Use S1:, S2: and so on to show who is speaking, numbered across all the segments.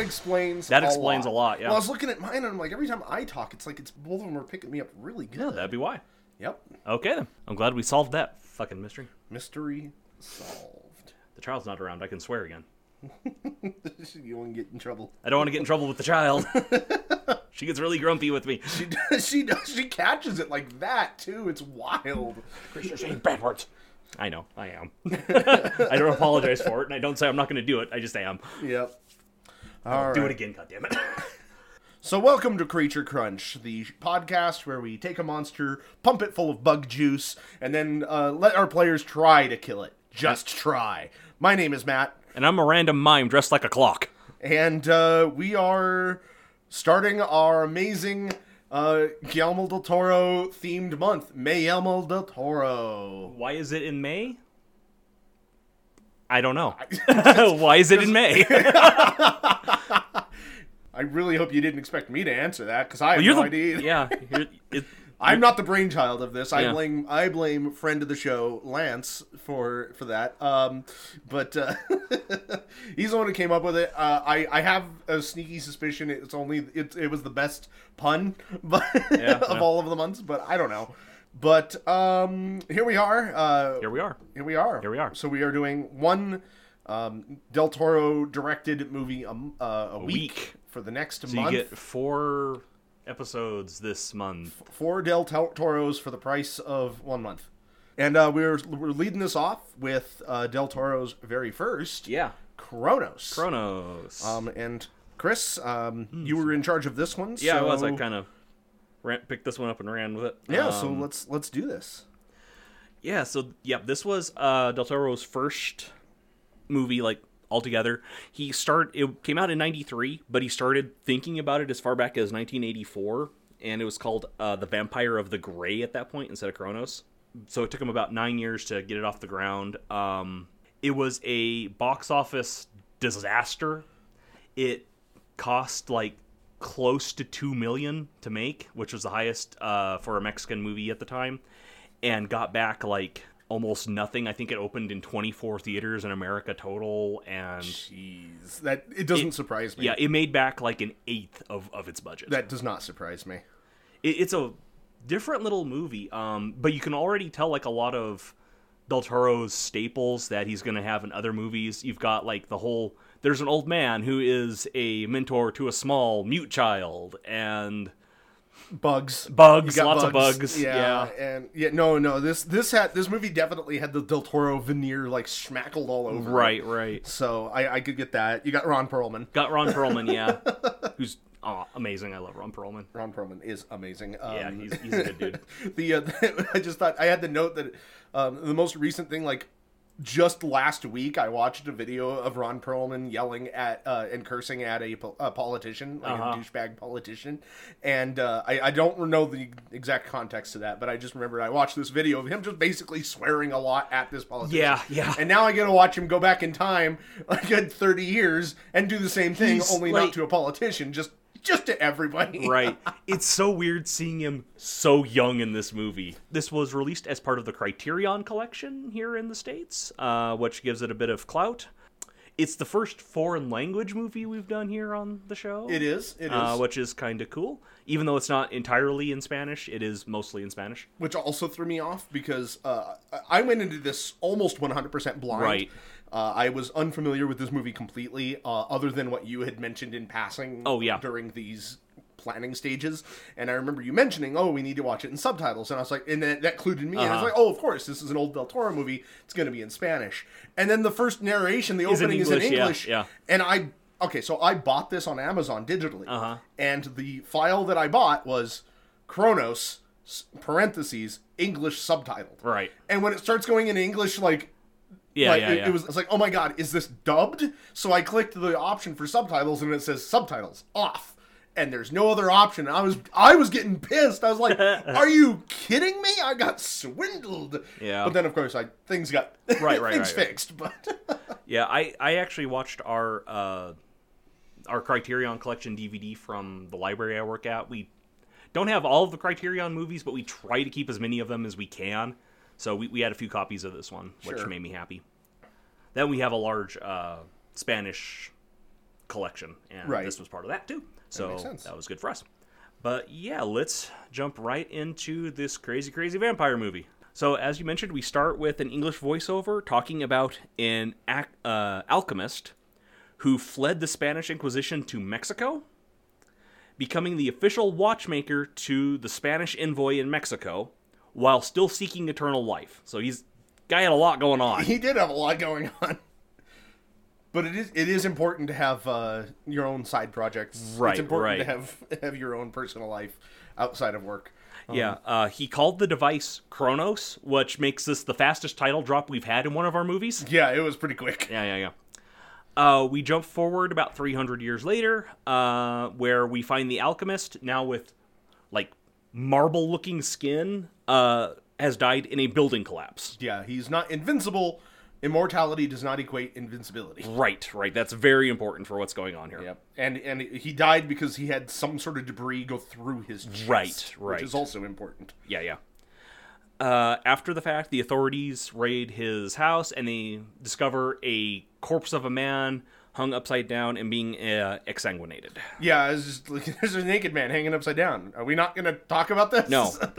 S1: explains
S2: That explains a lot, yeah.
S1: Well, I was looking at mine and I'm like, every time I talk, it's like it's both of them are picking me up really
S2: Yeah,
S1: good.
S2: that'd be why.
S1: Yep.
S2: Okay then. I'm glad we solved that fucking mystery.
S1: Mystery solved.
S2: The child's not around. I can swear again.
S1: you won't get in trouble.
S2: I don't want to get in trouble with the child. she gets really grumpy with me.
S1: She does, she does, she catches it like that too. It's wild.
S2: I know. I am. I don't apologize for it, and I don't say I'm not going to do it. I just am.
S1: Yep. All right.
S2: Do it again, goddammit.
S1: So, welcome to Creature Crunch, the podcast where we take a monster, pump it full of bug juice, and then uh, let our players try to kill it. Just try. My name is Matt,
S2: and I'm a random mime dressed like a clock.
S1: and uh, we are starting our amazing uh, Guillermo del Toro themed month, Mayelmo del Toro.
S2: Why is it in May? I don't know. Why is it in May?
S1: I really hope you didn't expect me to answer that because I have
S2: You're
S1: no
S2: the
S1: idea. either.
S2: yeah. You're, it,
S1: I'm not the brainchild of this. I
S2: Yeah.
S1: blame I blame friend of the show Lance for for that. Um, but uh, he's the one who came up with it. Uh, I I have a sneaky suspicion it's only it, it was the best pun, but
S2: Yeah,
S1: of
S2: yeah.
S1: all of the months. But I don't know. But um, here we are. Uh,
S2: here we are.
S1: here we are.
S2: Here we are.
S1: So we are doing one um, Del Toro directed movie a, m- uh, a, week,
S2: week.
S1: for the next
S2: So you
S1: month.
S2: get four episodes this month.
S1: four Del Tor- Toros for the price of one month. And uh, we're, we're leading this off with uh, Del Toro's very first,
S2: Yeah.
S1: Kronos.
S2: Chronos.
S1: um, and Chris, um,
S2: Hmm.
S1: you were in charge of this one.
S2: yeah,
S1: so...
S2: it was. I kind of ran, picked this one up and ran with it.
S1: Yeah,
S2: Um,
S1: so let's let's do this.
S2: Yeah, so yeah, this was uh Del Toro's first movie like altogether. He start it came out in 93, but he started thinking about it as far back as 1984 and it was called uh The Vampire of the Grey at that point instead of Kronos. So it took him about 9 years to get it off the ground. Um it was a box office disaster. It cost like close to 2 million to make, which was the highest uh for a Mexican movie at the time and got back like almost nothing. I think it opened in 24 theaters in America total and
S1: Jeez, that it doesn't surprise me.
S2: yeah, it made back like an eighth of, of its budget.
S1: that does not surprise me.
S2: it, it's a different little movie, um, but you can already tell like a lot of Del Toro's staples that he's going to have in other movies. You've got like the whole there's an old man who is a mentor to a small mute child and
S1: Bugs,
S2: Bugs,
S1: You got
S2: lots of bugs,
S1: Yeah, and yeah, no, no. This this had this movie definitely had the Del Toro veneer like smackled all over. it.
S2: right.
S1: So I, I could get that. You got Ron Perlman.
S2: Got Ron Perlman, yeah. Who's aw, amazing. I love Ron Perlman.
S1: Ron Perlman is amazing. Um,
S2: Yeah, he's, he's a good dude.
S1: the uh, I just thought I had to note that um, the most recent thing, like just last week, I watched a video of Ron Perlman yelling at uh, and cursing at a, po- a politician, like
S2: Uh-huh.
S1: a douchebag politician, and uh, I, I don't know the exact context to that, but I just remembered I watched this video of him just basically swearing a lot at this politician.
S2: Yeah, yeah.
S1: And now I get to watch him go back in time, like at thirty years, and do the same thing,
S2: He's
S1: only
S2: like-
S1: not to a politician, just just to everybody.
S2: right. It's so weird seeing him so young in this movie. This was released as part of the Criterion collection here in the States, uh, which gives it a bit of clout. It's the first foreign language movie we've done here on the show.
S1: It is. It is.
S2: Uh, which is kind of cool. Even though it's not entirely in Spanish, it is mostly in Spanish.
S1: which also threw me off because uh, I- I went into this almost 100% blind.
S2: Right.
S1: Uh, I was unfamiliar with this movie completely, uh, other than what you had mentioned in passing.
S2: Oh, yeah.
S1: During these planning stages, and I remember you mentioning, "Oh, we need to watch it in subtitles," and I was like, and that, that clued in me, and I was
S2: Uh-huh.
S1: like, "Oh, of course, this is an old Del Toro movie. It's going to be in Spanish." And then the first narration, the
S2: Is in
S1: opening is in
S2: English, yeah,
S1: English,
S2: yeah.
S1: and I okay, so I bought this on Amazon digitally,
S2: Uh-huh.
S1: and the file that I bought was Chronos s- parentheses English subtitled.
S2: Right.
S1: And when it starts going in English, like
S2: Yeah,
S1: like,
S2: yeah,
S1: it,
S2: yeah.
S1: it was, I was like, oh my god, is this dubbed? So I clicked the option for subtitles, and it says subtitles off, and there's no other option. And I was, I was getting pissed. I was like, are you kidding me? I got swindled.
S2: Yeah.
S1: But then, of course, I things got
S2: Right, right,
S1: things
S2: right, right.
S1: fixed. But
S2: Yeah, I, I actually watched our uh, our Criterion Collection DVD from the library I work at. We don't have all of the Criterion movies, but we try to keep as many of them as we can. So we, we had a few copies of this one, which
S1: Sure.
S2: made me happy. Then we have a large uh, Spanish collection, and
S1: Right.
S2: this was part of that too. So
S1: makes sense.
S2: that was good for us. But yeah, let's jump right into this crazy, crazy vampire movie. So as you mentioned, we start with an English voiceover talking about an ac- uh, alchemist who fled the Spanish Inquisition to Mexico, becoming the official watchmaker to the Spanish envoy in Mexico, while still seeking eternal life. So he's guy had a lot going on.
S1: He did have a lot going on. But it is it is important to have uh, your own side projects.
S2: Right,
S1: It's important to
S2: right.
S1: have have your own personal life outside of work.
S2: Yeah, uh, he called the device Kronos, which makes this the fastest title drop we've had in one of our movies.
S1: Yeah, it was pretty quick.
S2: Yeah, yeah, yeah. Uh, we jump forward about 300 years later, uh, where we find the alchemist now with like marble looking skin uh, has died in a building collapse.
S1: Yeah, he's not invincible. Immortality does not equate invincibility.
S2: Right, right. That's very important for what's going on here.
S1: Yep. And and he died because he had some sort of debris go through his chest,
S2: Right, right.
S1: which is also important.
S2: Yeah, yeah. Uh, after the fact, the authorities raid his house and they discover a corpse of a man hung upside down and being uh, exsanguinated.
S1: Yeah, it's just like there's a naked man hanging upside down. Are we not going to talk about this?
S2: No.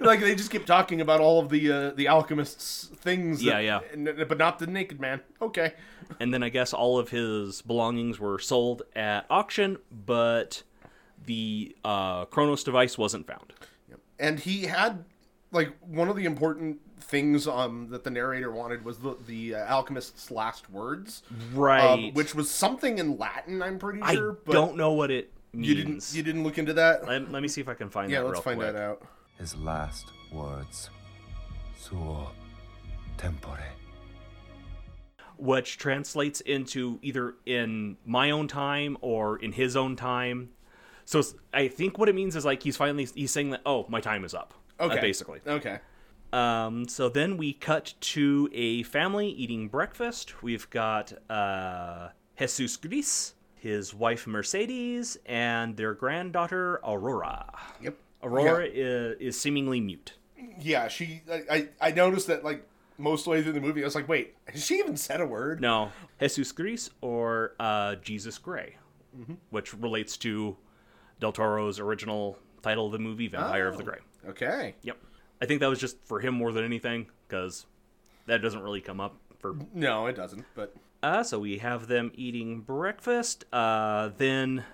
S1: like they just keep talking about all of the uh, the alchemists things. that-
S2: Yeah, yeah.
S1: n- but not the naked man. Okay.
S2: And then I guess all of his belongings were sold at auction, but the uh, Kronos device wasn't found.
S1: And he had like one of the important things um that the narrator wanted was the the uh, alchemist's last words, um,
S2: Right.
S1: which was something in Latin. I'm pretty
S2: I
S1: sure. but
S2: don't know what it means.
S1: You didn't you didn't look into that?
S2: let, let me see if I can find
S1: yeah,
S2: that
S1: let's
S2: real
S1: find
S2: quick.
S1: that out.
S3: his last words suo tempore
S2: which translates into either in my own time or in his own time. So it's- I think what it means is like he's finally he's saying that oh my time is up. uh,
S1: Okay.
S2: basically.
S1: Okay.
S2: Um, so then we cut to a family eating breakfast. We've got uh, Jesus Gris, his wife Mercedes, and their granddaughter Aurora.
S1: Yep.
S2: Aurora is, is seemingly mute.
S1: yeah, she. I, I I noticed that like most of the way through the movie, I was like, wait, has she even said a word?
S2: No, Jesus Gris or uh, Jesus Gray, which relates to Del Toro's original title of the movie, Vampire of the Gray.
S1: Okay.
S2: Yep. I think that was just for him more than anything, because that doesn't really come up for
S1: No, it doesn't. But
S2: Uh, so we have them eating breakfast. Uh, then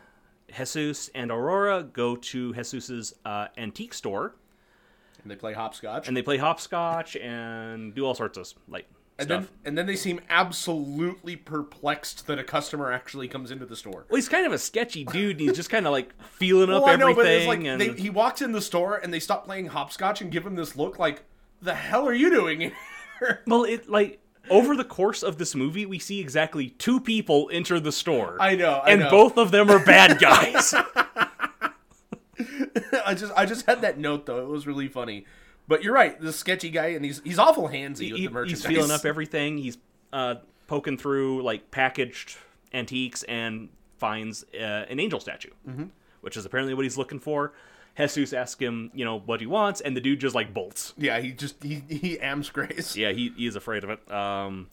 S2: Jesus and Aurora go to Jesus's uh, antique store,
S1: and they play hopscotch,
S2: and
S1: and,
S2: they play hopscotch and do all sorts of like
S1: then
S2: stuff.
S1: and then they seem absolutely perplexed that a customer actually comes into the store.
S2: well, he's kind of a sketchy dude, and he's just kind of like feeling up
S1: Well, I know,
S2: everything.
S1: but it's like
S2: and
S1: they, he walks in the store and they stop playing hopscotch and give him this look like, "The hell are you doing?" here?"
S2: well, it like over the course of this movie, we see exactly two people enter the store.
S1: I know, I
S2: and
S1: know.
S2: both of them are bad guys.
S1: I just I just had that note though; it was really funny. But you're right, this sketchy guy, and he's he's awful handsy with
S2: He-
S1: the merchandise.
S2: he's feeling up everything. He's uh, poking through like packaged antiques and finds uh, an angel statue, which is apparently what he's looking for. Jesus asks him, you know, what he wants, and the dude just like bolts.
S1: yeah, he just he he amps Grace.
S2: Yeah, he, he is afraid of it. Um,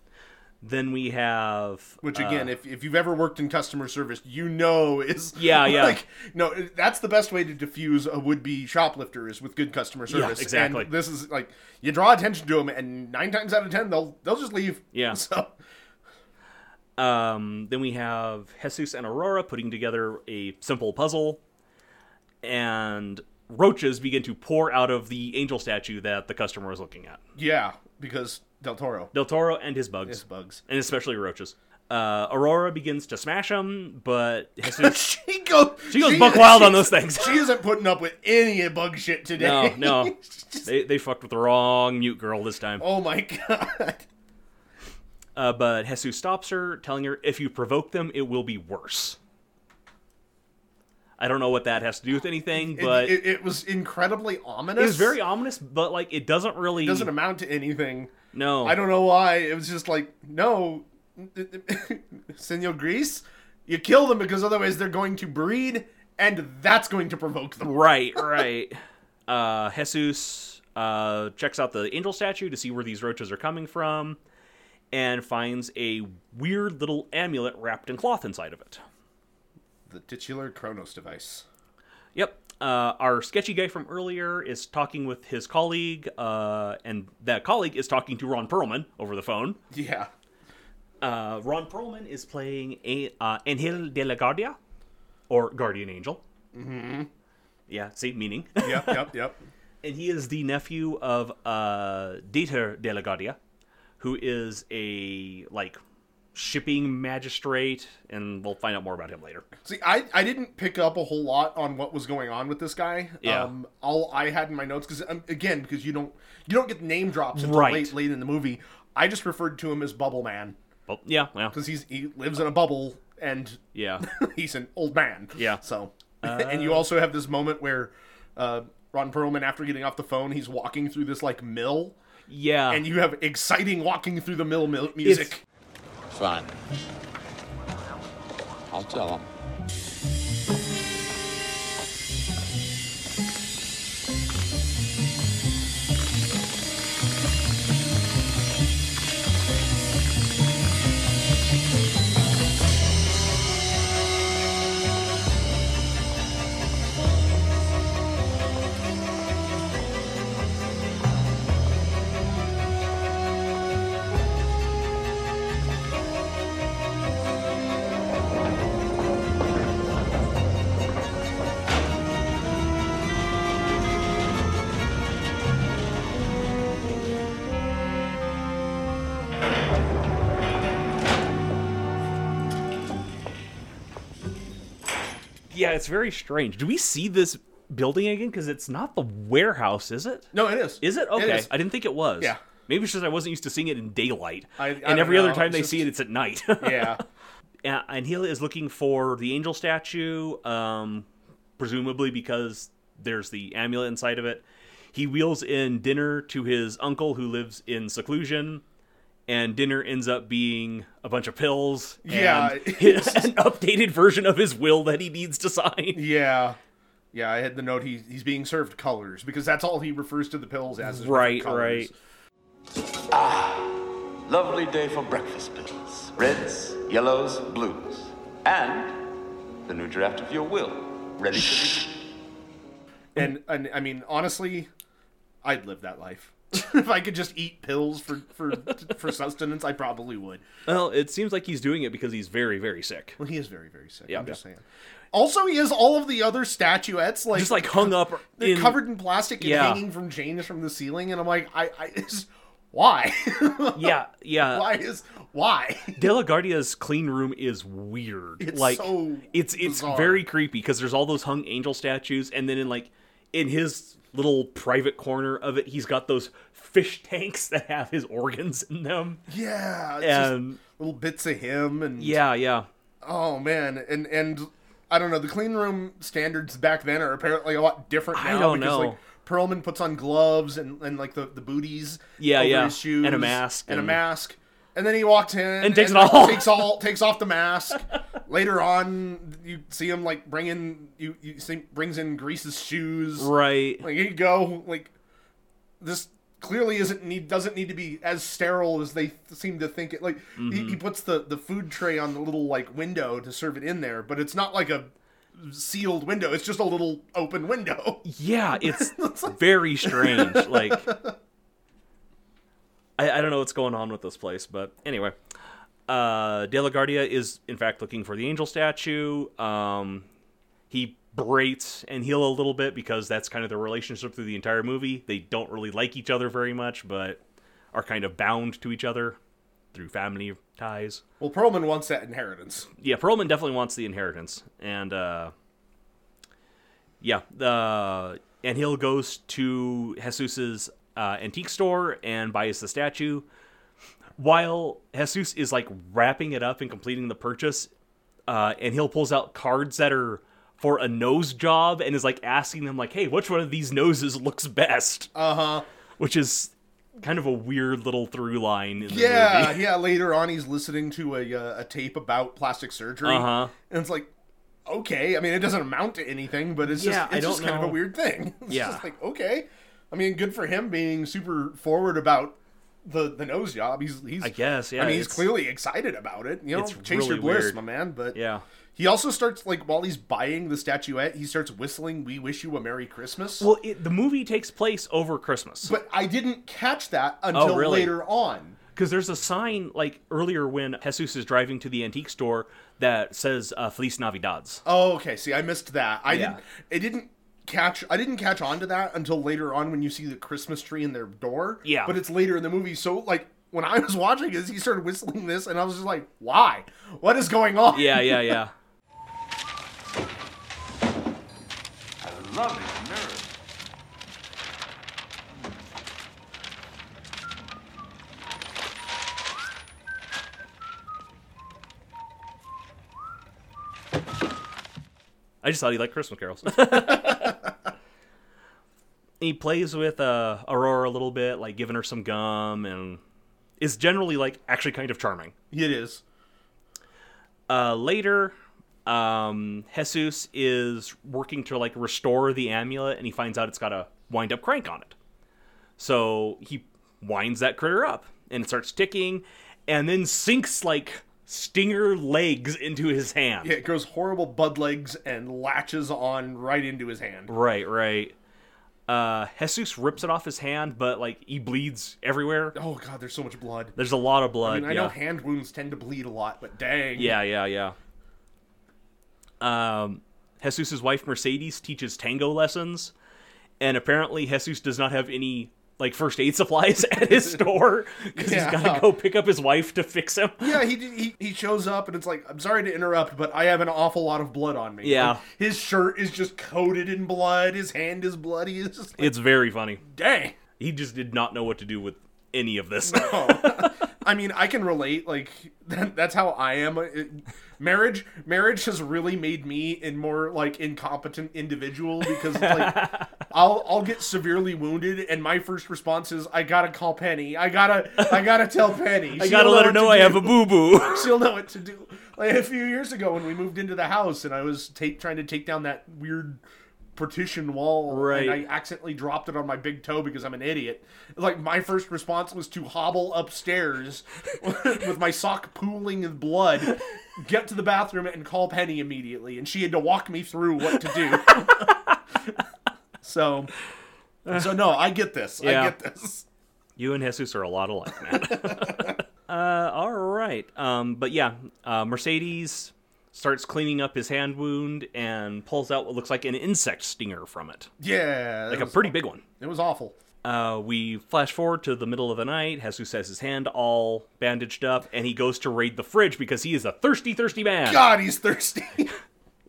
S2: then we have uh,
S1: Which again, if, if you've ever worked in customer service, you know is
S2: Yeah, yeah.
S1: Like no, that's the best way to diffuse a would be shoplifter is with good customer service.
S2: exactly.
S1: And this is like you draw attention to them, and nine times out of ten, they'll they'll just leave.
S2: Yeah.
S1: So
S2: Um, then we have Jesus and Aurora putting together a simple puzzle, and roaches begin to pour out of the angel statue that the customer is looking at.
S1: yeah, because Del Toro
S2: Del Toro and his bugs.
S1: is bugs.
S2: and especially roaches. Uh, Aurora begins to smash them, but Jesus,
S1: she goes
S2: she goes buck wild on those things.
S1: She isn't putting up with any bug shit
S2: No,
S1: today.
S2: no, they they fucked with the wrong mute girl this time.
S1: oh my god.
S2: Uh, but Jesus stops her, telling her if you provoke them, it will be worse. I don't know what that has to do with anything,
S1: It-
S2: but it,
S1: it, it was incredibly ominous.
S2: was very ominous. But like, it doesn't really
S1: doesn't amount to anything.
S2: no.
S1: I don't know why. It was just like, no, Senor Grease, you kill them because otherwise they're going to breed, and that's going to provoke them.
S2: Right, right. uh, Jesus uh, checks out the angel statue to see where these roaches are coming from and finds a weird little amulet wrapped in cloth inside of it.
S1: The titular Kronos device.
S2: Yep. Uh, our sketchy guy from earlier is talking with his colleague, uh, and that colleague is talking to Ron Perlman over the phone.
S1: Yeah.
S2: Uh, Ron Perlman is playing a, uh, Angel de la Guardia, or Guardian Angel. Mm-hmm. Yeah, see, meaning.
S1: Yep, yep, yep.
S2: and he is the nephew of uh, Dieter de la Guardia, who is a, like, shipping magistrate, and we'll find out more about him later.
S1: See, I, I didn't pick up a whole lot on what was going on with this guy.
S2: Yeah.
S1: Um, all I had in my notes because um, again, because you don't you don't get name drops until
S2: Right.
S1: late late in the movie. I just referred to him as Bubble Man
S2: But, yeah, well,
S1: because he's he lives in a bubble and
S2: yeah.
S1: he's an old man.
S2: Yeah.
S1: So, and you also have this moment where uh, Ron Perlman, after getting off the phone, he's walking through this like mill,
S2: Yeah.
S1: and you have exciting walking through the mill, mill
S2: Ah. It's-
S1: music.
S4: Fine. I'll tell him.
S2: Yeah, it's very strange. Do we see this building again? Because it's not the warehouse, is it?
S1: No, it is.
S2: Is it? Okay.
S1: is.
S2: I didn't think it was.
S1: Yeah.
S2: Maybe it's just I wasn't used to seeing it in daylight.
S1: I- I don't
S2: and every other
S1: know.
S2: time
S1: It's
S2: they
S1: just-
S2: see it, it's at night.
S1: yeah.
S2: and and Hela is looking for the angel statue, um, presumably because there's the amulet inside of it. He wheels in dinner to his uncle who lives in seclusion, and dinner ends up being a bunch of pills.
S1: Yeah,
S2: and his, an updated version of his will that he needs to sign.
S1: Yeah. Yeah, I had the note he's he's being served colors because that's all he refers to the pills as. is
S2: Right,
S1: colors.
S2: right.
S5: Lovely day for breakfast pills. Reds, yellows, blues. And the new draft of your will. Ready to be
S1: And and I mean, honestly, I'd live that life. if I could just eat pills for for for sustenance, I probably would.
S2: Well, it seems like he's doing it because he's very, very sick.
S1: Well, he is very very sick.
S2: Yeah,
S1: I'm just
S2: yeah.
S1: saying. Also, he has all of the other statuettes like
S2: Just like hung up
S1: they're
S2: in
S1: covered in plastic and
S2: Yeah.
S1: hanging from chains from the ceiling, and I'm like, I I just, why
S2: Yeah, yeah.
S1: why is why
S2: De La Guardia's clean room is weird.
S1: It's
S2: like
S1: so
S2: it's it's
S1: bizarre.
S2: very creepy because there's all those hung angel statues, and then in like in his little private corner of it, he's got those fish tanks that have his organs in them.
S1: yeah it's
S2: And-
S1: just little bits of him and
S2: Um, Yeah, yeah.
S1: Oh man, and and I don't know. The clean room standards back then are apparently a lot different
S2: I
S1: now
S2: don't
S1: because
S2: know.
S1: like Perlman puts on gloves and and like the the booties,
S2: Yeah,
S1: over
S2: yeah,
S1: his shoes
S2: and a mask
S1: and, a
S2: and-
S1: mask. And then he walked in and
S2: takes it all.
S1: Takes all. Takes off the mask. Later on, you see him like bring in you. You see brings in Grease's shoes.
S2: Right.
S1: Like here you go. Like this clearly isn't need doesn't need to be as sterile as they th- seem to think it. Like he, he puts the the food tray on the little like window to serve it in there, but it's not like a sealed window. It's just a little open window.
S2: Yeah, it's very strange. Like, I, I don't know what's going on with this place, but anyway, uh, De La Guardia is in fact looking for the angel statue. Um, he berates and heal a little bit because that's kind of their relationship through the entire movie. They don't really like each other very much, but are kind of bound to each other through family ties
S1: Well, Perlman wants that inheritance.
S2: yeah, Perlman definitely wants the inheritance, and uh, yeah, uh, and he'll goes to Jesus's uh, antique store and buys the statue. While Jesus is like wrapping it up and completing the purchase, uh, and he'll pulls out cards that are for a nose job and is like asking them like, "Hey, which one of these noses looks best?" Uh huh. Which is kind of a weird little through line. In the
S1: Yeah,
S2: movie.
S1: yeah. Later on, he's listening to a uh, a tape about plastic surgery,
S2: Uh-huh.
S1: and it's like. Okay, I mean it doesn't amount to anything, but it's
S2: Yeah,
S1: just
S2: I
S1: it's just
S2: don't
S1: kind of a
S2: know.
S1: weird thing. It's
S2: Yeah.
S1: just like okay, I mean good for him being super forward about the the nose job. He's he's
S2: I guess, yeah,
S1: I mean, he's
S2: it's-
S1: clearly excited about it. You know,
S2: It's
S1: chase your
S2: really
S1: bliss,
S2: weird.
S1: my man. But
S2: Yeah.
S1: he also starts like while he's buying the statuette, he starts whistling "We Wish You a Merry Christmas."
S2: Well, it, the movie takes place over Christmas
S1: but I didn't catch that until
S2: Oh, really?
S1: later on.
S2: because there's a sign like earlier when Jesus is driving to the antique store that says uh, "Feliz Navidades."
S1: Oh, okay. See, I missed that. I
S2: Yeah.
S1: didn't. It didn't catch. I didn't catch on to that until later on when you see the Christmas tree in their door.
S2: Yeah.
S1: But it's later in the movie, so like when I was watching this, he started whistling this, and I was just like, "Why? What is going on?"
S2: Yeah, yeah, yeah.
S5: I love these mirrors.
S2: I just thought he liked Christmas carols. he plays with uh, Aurora a little bit, like giving her some gum, and is generally like actually kind of charming.
S1: It is.
S2: Uh, later, um, Jesus is working to like restore the amulet, and he finds out it's got a wind-up crank on it. So he winds that critter up, and it starts ticking, and then sinks like stinger legs into his hand.
S1: Yeah, it grows horrible bud legs and latches on right into his hand.
S2: Right, right. Uh, Jesus rips it off his hand, but like he bleeds everywhere.
S1: Oh god, there's so much blood.
S2: There's a lot of
S1: I
S2: blood.
S1: mean, I
S2: yeah.
S1: know hand wounds tend to bleed a lot, but dang.
S2: yeah, yeah, yeah. Um, Jesus's wife Mercedes teaches tango lessons, and apparently Jesus does not have any like first aid supplies at his store because
S1: Yeah.
S2: he's got to go pick up his wife to fix him.
S1: Yeah, he, he he shows up and it's like, I'm sorry to interrupt, but I have an awful lot of blood on me.
S2: Yeah.
S1: Like, his shirt is just coated in blood. His hand is bloody. It's just like,
S2: It's very funny.
S1: dang.
S2: He just did not know what to do with any of this.
S1: Oh. I mean, I can relate. Like that, that's how I am. It- marriage, marriage has really made me a more like incompetent individual because it's like I'll I'll get severely wounded, and my first response is I gotta call Penny. I gotta I gotta tell Penny.
S2: I gotta let her know I have a boo boo.
S1: she'll know what to do. Like a few years ago when we moved into the house and I was take, trying to take down that weird partition wall
S2: Right.
S1: and I accidentally dropped it on my big toe because I'm an idiot. Like my first response was to hobble upstairs with my sock pooling in blood, get to the bathroom and call Penny immediately and she had to walk me through what to do. so so no, I get this.
S2: Yeah.
S1: I get this.
S2: You and Jesus are a lot alike, man. uh, all right. Um, but yeah, uh, Mercedes starts cleaning up his hand wound and pulls out what looks like an insect stinger from it,
S1: Yeah.
S2: like
S1: it
S2: a
S1: was-
S2: pretty big one.
S1: it was awful.
S2: Uh, we flash forward to the middle of the night. Jesus has his hand all bandaged up, and he goes to raid the fridge because he is a thirsty, thirsty man.
S1: God, he's thirsty.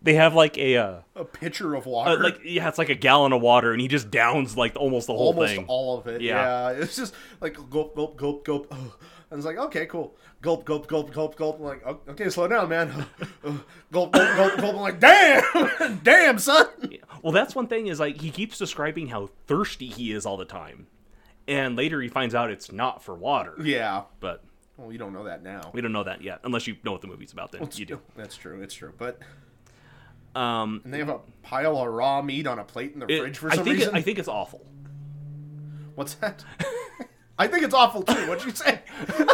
S2: They have like a, uh,
S1: a pitcher of
S2: uh,
S1: water.
S2: like yeah, it's like a gallon of water, and he just downs like almost the whole
S1: almost
S2: thing.
S1: all of it.
S2: Yeah.
S1: Yeah. It's just like gulp, gulp, gulp, gulp. Ugh. And it's like, okay, cool. Gulp, gulp, gulp, gulp, gulp. I'm like, "Oh, okay, slow down, man. Ugh. gulp, gulp, gulp, gulp. I'm like, damn, damn, son.
S2: Well, that's one thing is like he keeps describing how thirsty he is all the time, and later he finds out it's not for water.
S1: Yeah.
S2: But
S1: Well, you don't know that now.
S2: we don't know that yet, unless you know what the movie's about. Then you do.
S1: That's true. It's true. But
S2: Um,
S1: and they have a pile of raw meat on a plate in the
S2: it-
S1: fridge for
S2: I
S1: some
S2: think it-
S1: reason.
S2: I think it's awful.
S1: What's that? I think it's awful too. What'd you say?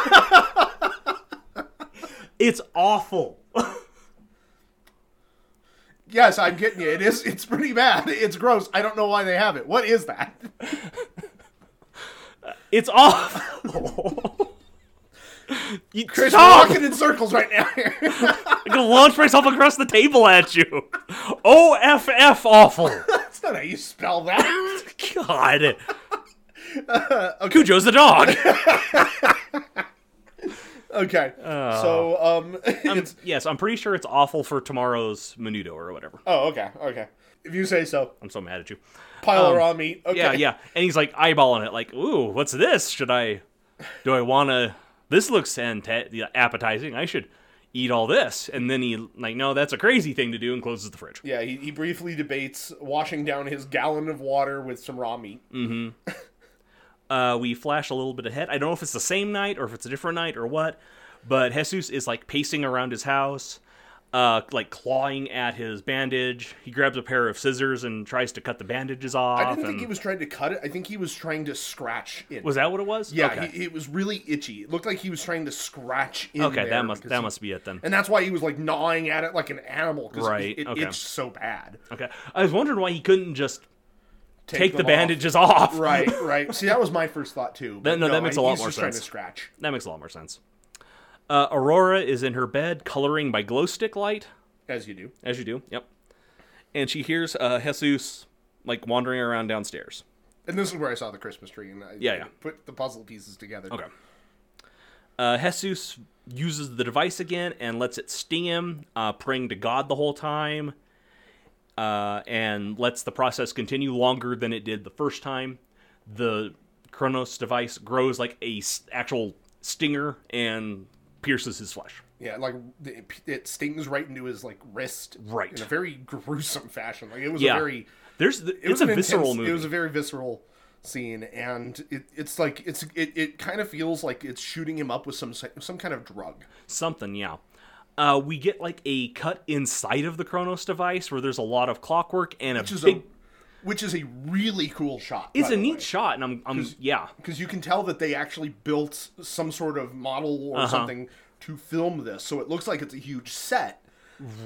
S2: It's awful.
S1: Yes, I'm getting you. It is. It's pretty bad. It's gross. I don't know why they have it. What is that?
S2: It's awful. you
S1: Chris,
S2: stop!
S1: we're walking in circles right now.
S2: I'm gonna launch myself across the table at you. O F F awful.
S1: That's not how you spell that.
S2: God.
S1: Uh,
S2: Cujo's the dog.
S1: okay.
S2: Oh.
S1: so, um, it's.
S2: yes, I'm pretty sure it's awful for tomorrow's menudo or whatever.
S1: Oh, okay. Okay. If you say so.
S2: I'm so mad at you.
S1: Pile of raw meat. Okay.
S2: Um, Yeah, yeah. And he's like eyeballing it, like, ooh, what's this? Should I, do I want to, this looks anta- appetizing. I should eat all this. And then he, like, no, that's a crazy thing to do and closes the fridge.
S1: Yeah, he, he briefly debates washing down his gallon of water with some raw meat.
S2: Mm, Uh, we flash a little bit ahead. I don't know if it's the same night or if it's a different night or what, but Jesus is like pacing around his house. uh, like clawing at his bandage. He grabs a pair of scissors and tries to cut the bandages off.
S1: I didn't think
S2: and-
S1: he was trying to cut it. I think he was trying to scratch it.
S2: Was that what it was?
S1: Yeah,
S2: Okay.
S1: he, it was really itchy. It looked like he was trying to scratch in
S2: okay,
S1: there
S2: that must
S1: because
S2: that
S1: he-
S2: must be it then.
S1: And that's why he was like gnawing at it like an animal because
S2: Right,
S1: it, it
S2: okay.
S1: itched so bad.
S2: Okay, I was wondering why he couldn't just take, the
S1: them off.
S2: bandages off.
S1: Right, right. See, that was my first thought too. but
S2: That- no, that makes a lot
S1: he's
S2: more
S1: just Trying to
S2: sense.
S1: scratch.
S2: That makes a lot more sense. Uh, Aurora is in her bed, coloring by glow stick light,
S1: As you do.
S2: as you do. Yep. And she hears uh, Jesus like wandering around downstairs.
S1: And this is where I saw the Christmas tree and I,
S2: Yeah,
S1: I
S2: yeah.
S1: put the puzzle pieces together.
S2: Okay. Uh, Jesus uses the device again and lets it sting him, uh, praying to God the whole time, uh, and lets the process continue longer than it did the first time. The Kronos device grows like a s- actual stinger and pierces his flesh.
S1: Yeah, like it, it stings right into his like wrist.
S2: Right.
S1: In a very gruesome fashion. Like it was
S2: Yeah,
S1: a very
S2: there's the,
S1: it was
S2: it's a
S1: an
S2: visceral
S1: intense-
S2: movie.
S1: It was a very visceral scene, and it, it's like it's it, it kind of feels like it's shooting him up with some si- some kind of drug.
S2: something yeah uh, we get like a cut inside of the Kronos device where there's a lot of clockwork and a
S1: which is
S2: big.
S1: a which is a really cool shot.
S2: it's a neat shot, and I'm, I'm yeah,
S1: because you can tell that they actually built some sort of model
S2: Uh-huh.
S1: or something to film this, so it looks like it's a huge set.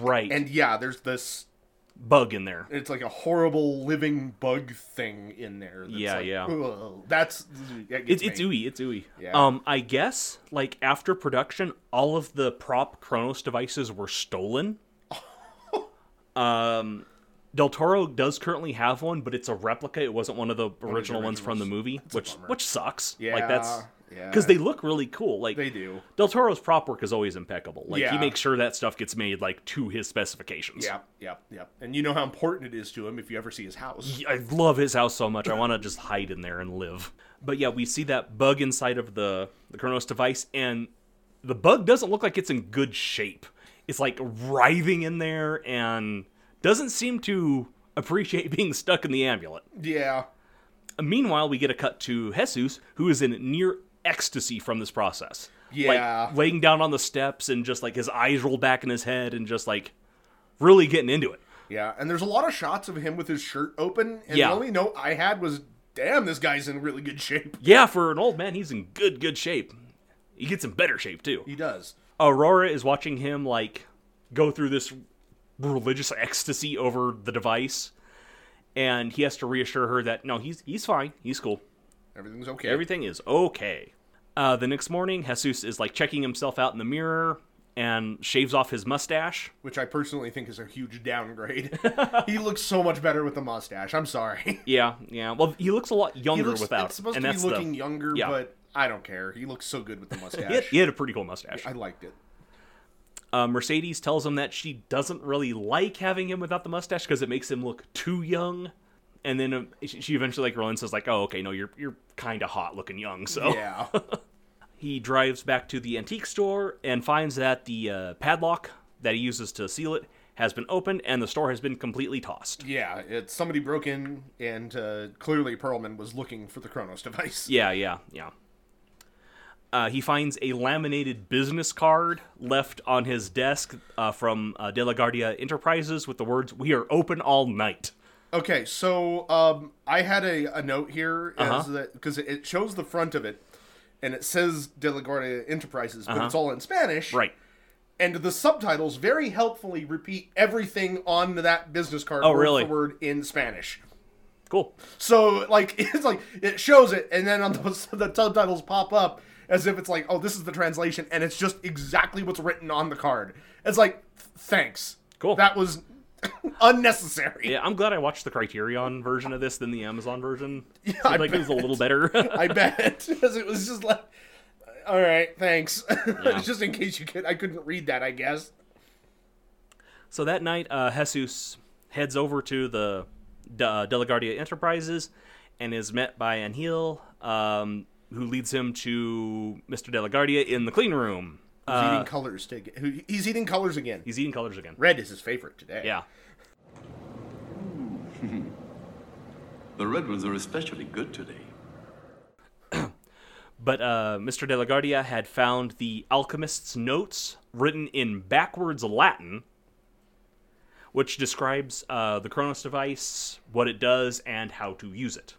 S2: right.
S1: And yeah, there's this.
S2: bug in there.
S1: It's like a horrible living bug thing in there. That's
S2: Yeah,
S1: like,
S2: yeah.
S1: "Ugh." That's that gets
S2: It's it's
S1: me.
S2: ooey, it's ooey.
S1: Yeah.
S2: Um, I guess like after production, all of the prop Kronos devices were stolen. um, Del Toro does currently have one, but it's a replica. It wasn't one of the original ones from the movie, which which sucks. like that's
S1: Yeah,
S2: because they look really cool. Like
S1: They do.
S2: Del Toro's prop work is always impeccable. Like he
S1: Yeah.
S2: makes sure that stuff gets made like to his specifications.
S1: Yeah, yeah, yeah. And you know how important it is to him if you ever see his house.
S2: I love his house so much. I want to just hide in there and live. But yeah, we see that bug inside of the the Kronos device, and the bug doesn't look like it's in good shape. It's like writhing in there and doesn't seem to appreciate being stuck in the amulet.
S1: Yeah.
S2: Meanwhile, we get a cut to Jesus, who is in near ecstasy from this process.
S1: Yeah.
S2: Like laying down on the steps and just like his eyes roll back in his head and just like really getting into it.
S1: Yeah, and there's a lot of shots of him with his shirt open, and
S2: Yeah.
S1: the only note I had was, "Damn, this guy's in really good shape."
S2: Yeah, for an old man, he's in good, good shape. He gets in better shape too.
S1: He does.
S2: Aurora is watching him like go through this religious ecstasy over the device, and he has to reassure her that no, he's he's fine, he's cool,
S1: Everything's okay.
S2: everything is okay. Uh, the next morning, Jesus is like checking himself out in the mirror and shaves off his mustache.
S1: Which I personally think is a huge downgrade. he looks so much better with the mustache. I'm sorry.
S2: Yeah, yeah. Well, he looks a lot
S1: he
S2: younger
S1: looks
S2: without.
S1: it's supposed
S2: and
S1: to be
S2: that's the-
S1: looking younger,
S2: yeah.
S1: but I don't care. He looks so good with the mustache.
S2: He had, he had a pretty cool mustache.
S1: I liked it.
S2: uh, Mercedes tells him that she doesn't really like having him without the mustache because it makes him look too young. And then um, she she eventually like realizes like, oh, okay, no, you're you're kind of hot looking young. So
S1: Yeah.
S2: he drives back to the antique store and finds that the uh, padlock that he uses to seal it has been opened and the store has been completely tossed.
S1: Yeah, it's somebody broke in and uh, clearly Perlman was looking for the Kronos device.
S2: Yeah, yeah, yeah. Uh, he finds a laminated business card left on his desk uh, from uh, De La Guardia Enterprises with the words, "We are open all night."
S1: Okay, so um, I had a, a note here as
S2: Uh-huh.
S1: that because it shows the front of it, and it says De La Guardia Enterprises, but it's all in Spanish.
S2: Uh-huh. Right.
S1: And the subtitles very helpfully repeat everything on that business card.
S2: Oh,
S1: word
S2: really?
S1: For word in Spanish.
S2: Cool.
S1: So like it's like it shows it, and then on the, the subtitles pop up as if it's like, oh, this is the translation, and it's just exactly what's written on the card. It's like, thanks.
S2: Cool.
S1: That was unnecessary.
S2: Yeah, I'm glad I watched the Criterion version of this than the Amazon version. Yeah,
S1: I
S2: like it was a little better.
S1: I bet because it was just like, all right, thanks. just in case you could, I couldn't read that. I guess.
S2: so that night, uh, Jesus heads over to the D- uh, De La Guardia Enterprises and is met by Anhil, um, who leads him to Mr. De La Guardia in the clean room. Uh,
S1: He's eating colors to get, who- he's eating colors again.
S2: He's eating colors again.
S1: Red is his favorite today.
S2: Yeah.
S5: The red ones are especially good today.
S2: But uh, Mr. De La Guardia had found the alchemist's notes written in backwards Latin which describes uh, the Kronos device, what it does, and how to use it.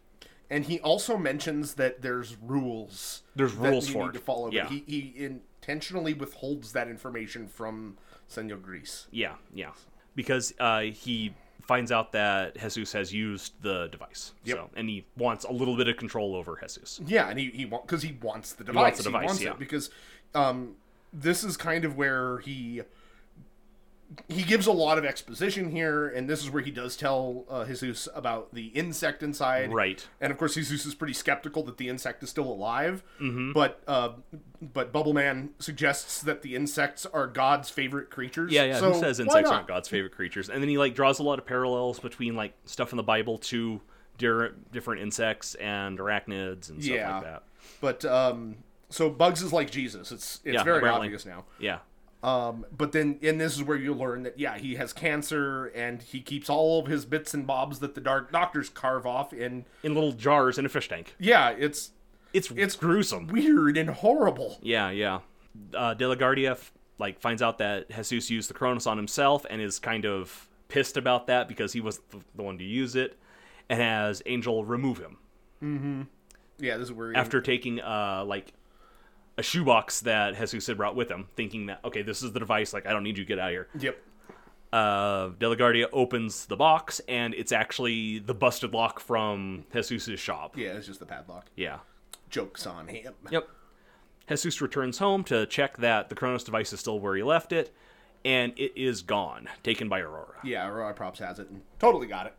S1: and he also mentions that there's rules.
S2: There's
S1: that
S2: rules
S1: you
S2: for
S1: need
S2: it.
S1: to follow.
S2: Yeah.
S1: But he he intentionally withholds that information from Senor Grease.
S2: Yeah, yeah. Because uh, he finds out that Jesus has used the device.
S1: Yep.
S2: So, and he wants a little bit of control over Jesus.
S1: Yeah, and he he because he wants the device.
S2: wants the device, yeah.
S1: it because um, this is kind of where he he gives a lot of exposition here, and this is where he does tell uh, Jesus about the insect inside,
S2: Right.
S1: And of course, Jesus is pretty skeptical that the insect is still alive,
S2: Mm-hmm.
S1: but uh, but Bubble Man suggests that the insects are God's favorite creatures.
S2: Yeah, yeah.
S1: So
S2: who says
S1: why
S2: insects
S1: not?
S2: aren't God's favorite creatures? And then he like draws a lot of parallels between like stuff in the Bible to dir- different insects and arachnids and stuff
S1: Yeah.
S2: like that.
S1: But um, so Bugs is like Jesus. It's it's
S2: Yeah,
S1: very
S2: apparently.
S1: obvious now.
S2: Yeah.
S1: Um, but then, and this is where you learn that yeah, he has cancer, and he keeps all of his bits and bobs that the dark doctors carve off, and
S2: In little jars in a fish tank.
S1: yeah, it's
S2: It's it's gruesome.
S1: weird and horrible.
S2: Yeah, yeah. Uh, De La Guardia f- like finds out that Jesus used the Cronus on himself and is kind of pissed about that because he was th- the one to use it, and has Angel remove him
S1: Yeah, this is where
S2: after taking uh like a shoebox that Jesus had brought with him, thinking that okay, this is the device. Like I don't need you, get out of here.
S1: Yep.
S2: Uh, De La Guardia opens the box and it's actually the busted lock from Jesus's shop.
S1: Yeah, it's just the padlock.
S2: yeah.
S1: Jokes on him.
S2: Yep. Jesus returns home to check that the Kronos device is still where he left it, and it is gone, taken by Aurora.
S1: Yeah, Aurora Props has it. And totally got it.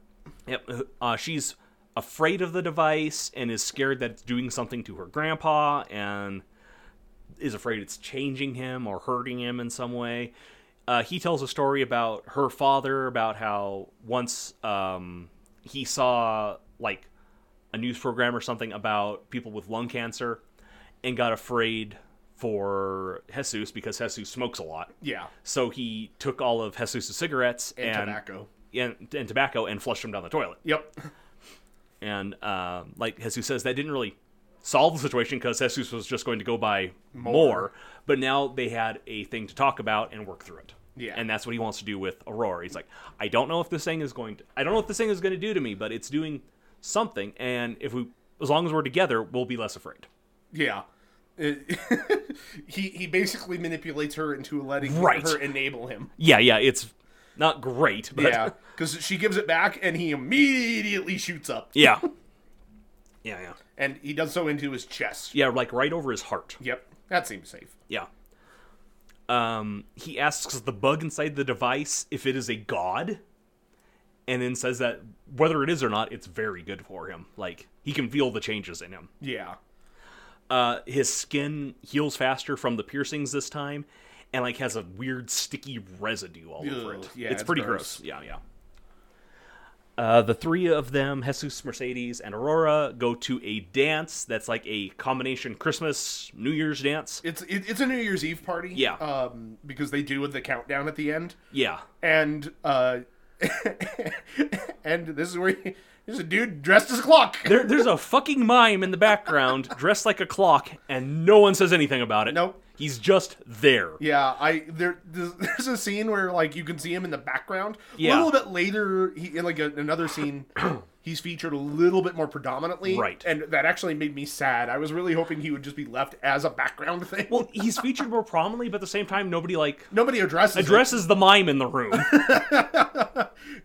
S2: Yep. Uh, she's afraid of the device and is scared that it's doing something to her grandpa and is afraid it's changing him or hurting him in some way. Uh, he tells a story about her father, about how once um, he saw like a news program or something about people with lung cancer and got afraid for Jesus because Jesus smokes a lot.
S1: Yeah,
S2: So he took all of Jesus' cigarettes and,
S1: and, tobacco.
S2: and, and tobacco and flushed them down the toilet.
S1: Yep.
S2: And uh, like Jesus says, that didn't really solve the situation because Jesus was just going to go buy more. But now they had a thing to talk about and work through it.
S1: Yeah.
S2: And that's what he wants to do with Aurora. He's like, I don't know if this thing is going to, I don't know if this thing is going to do to me, but it's doing something. And if we, as long as we're together, we'll be less afraid.
S1: Yeah. It- he he basically manipulates her into letting
S2: Right.
S1: her enable him.
S2: Yeah, yeah, it's not great, but
S1: Yeah, because she gives it back, and he immediately shoots up,
S2: yeah. Yeah, yeah.
S1: and he does so into his chest.
S2: Yeah, like right over his heart.
S1: Yep, that seems safe.
S2: Yeah. Um, he asks the bug inside the device if it is a god, and then says that whether it is or not, it's very good for him. Like he can feel the changes in him.
S1: Yeah,
S2: Uh, his skin heals faster from the piercings this time, and like has a weird sticky residue all over
S1: Ugh,
S2: it.
S1: yeah, it's
S2: it's pretty
S1: gross.
S2: gross. Yeah, yeah. Uh, the three of them, Jesus, Mercedes, and Aurora, go to a dance that's like a combination Christmas New Year's dance.
S1: it's it, it's a New Year's Eve party.
S2: Yeah.
S1: um, because they do the countdown at the end,
S2: Yeah,
S1: and uh, and this is where he, there's a dude dressed as a clock.
S2: There, there's a fucking mime in the background dressed like a clock, and no one says anything about it.
S1: Nope.
S2: He's just there.
S1: Yeah, I there there's, there's a scene where like you can see him in the background.
S2: Yeah.
S1: A little bit later, he in like a, another scene, he's featured a little bit more predominantly.
S2: Right.
S1: and that actually made me sad. I was really hoping he would just be left as a background thing.
S2: Well, he's featured more prominently, but at the same time, nobody like
S1: nobody addresses it.
S2: addresses the mime in the room.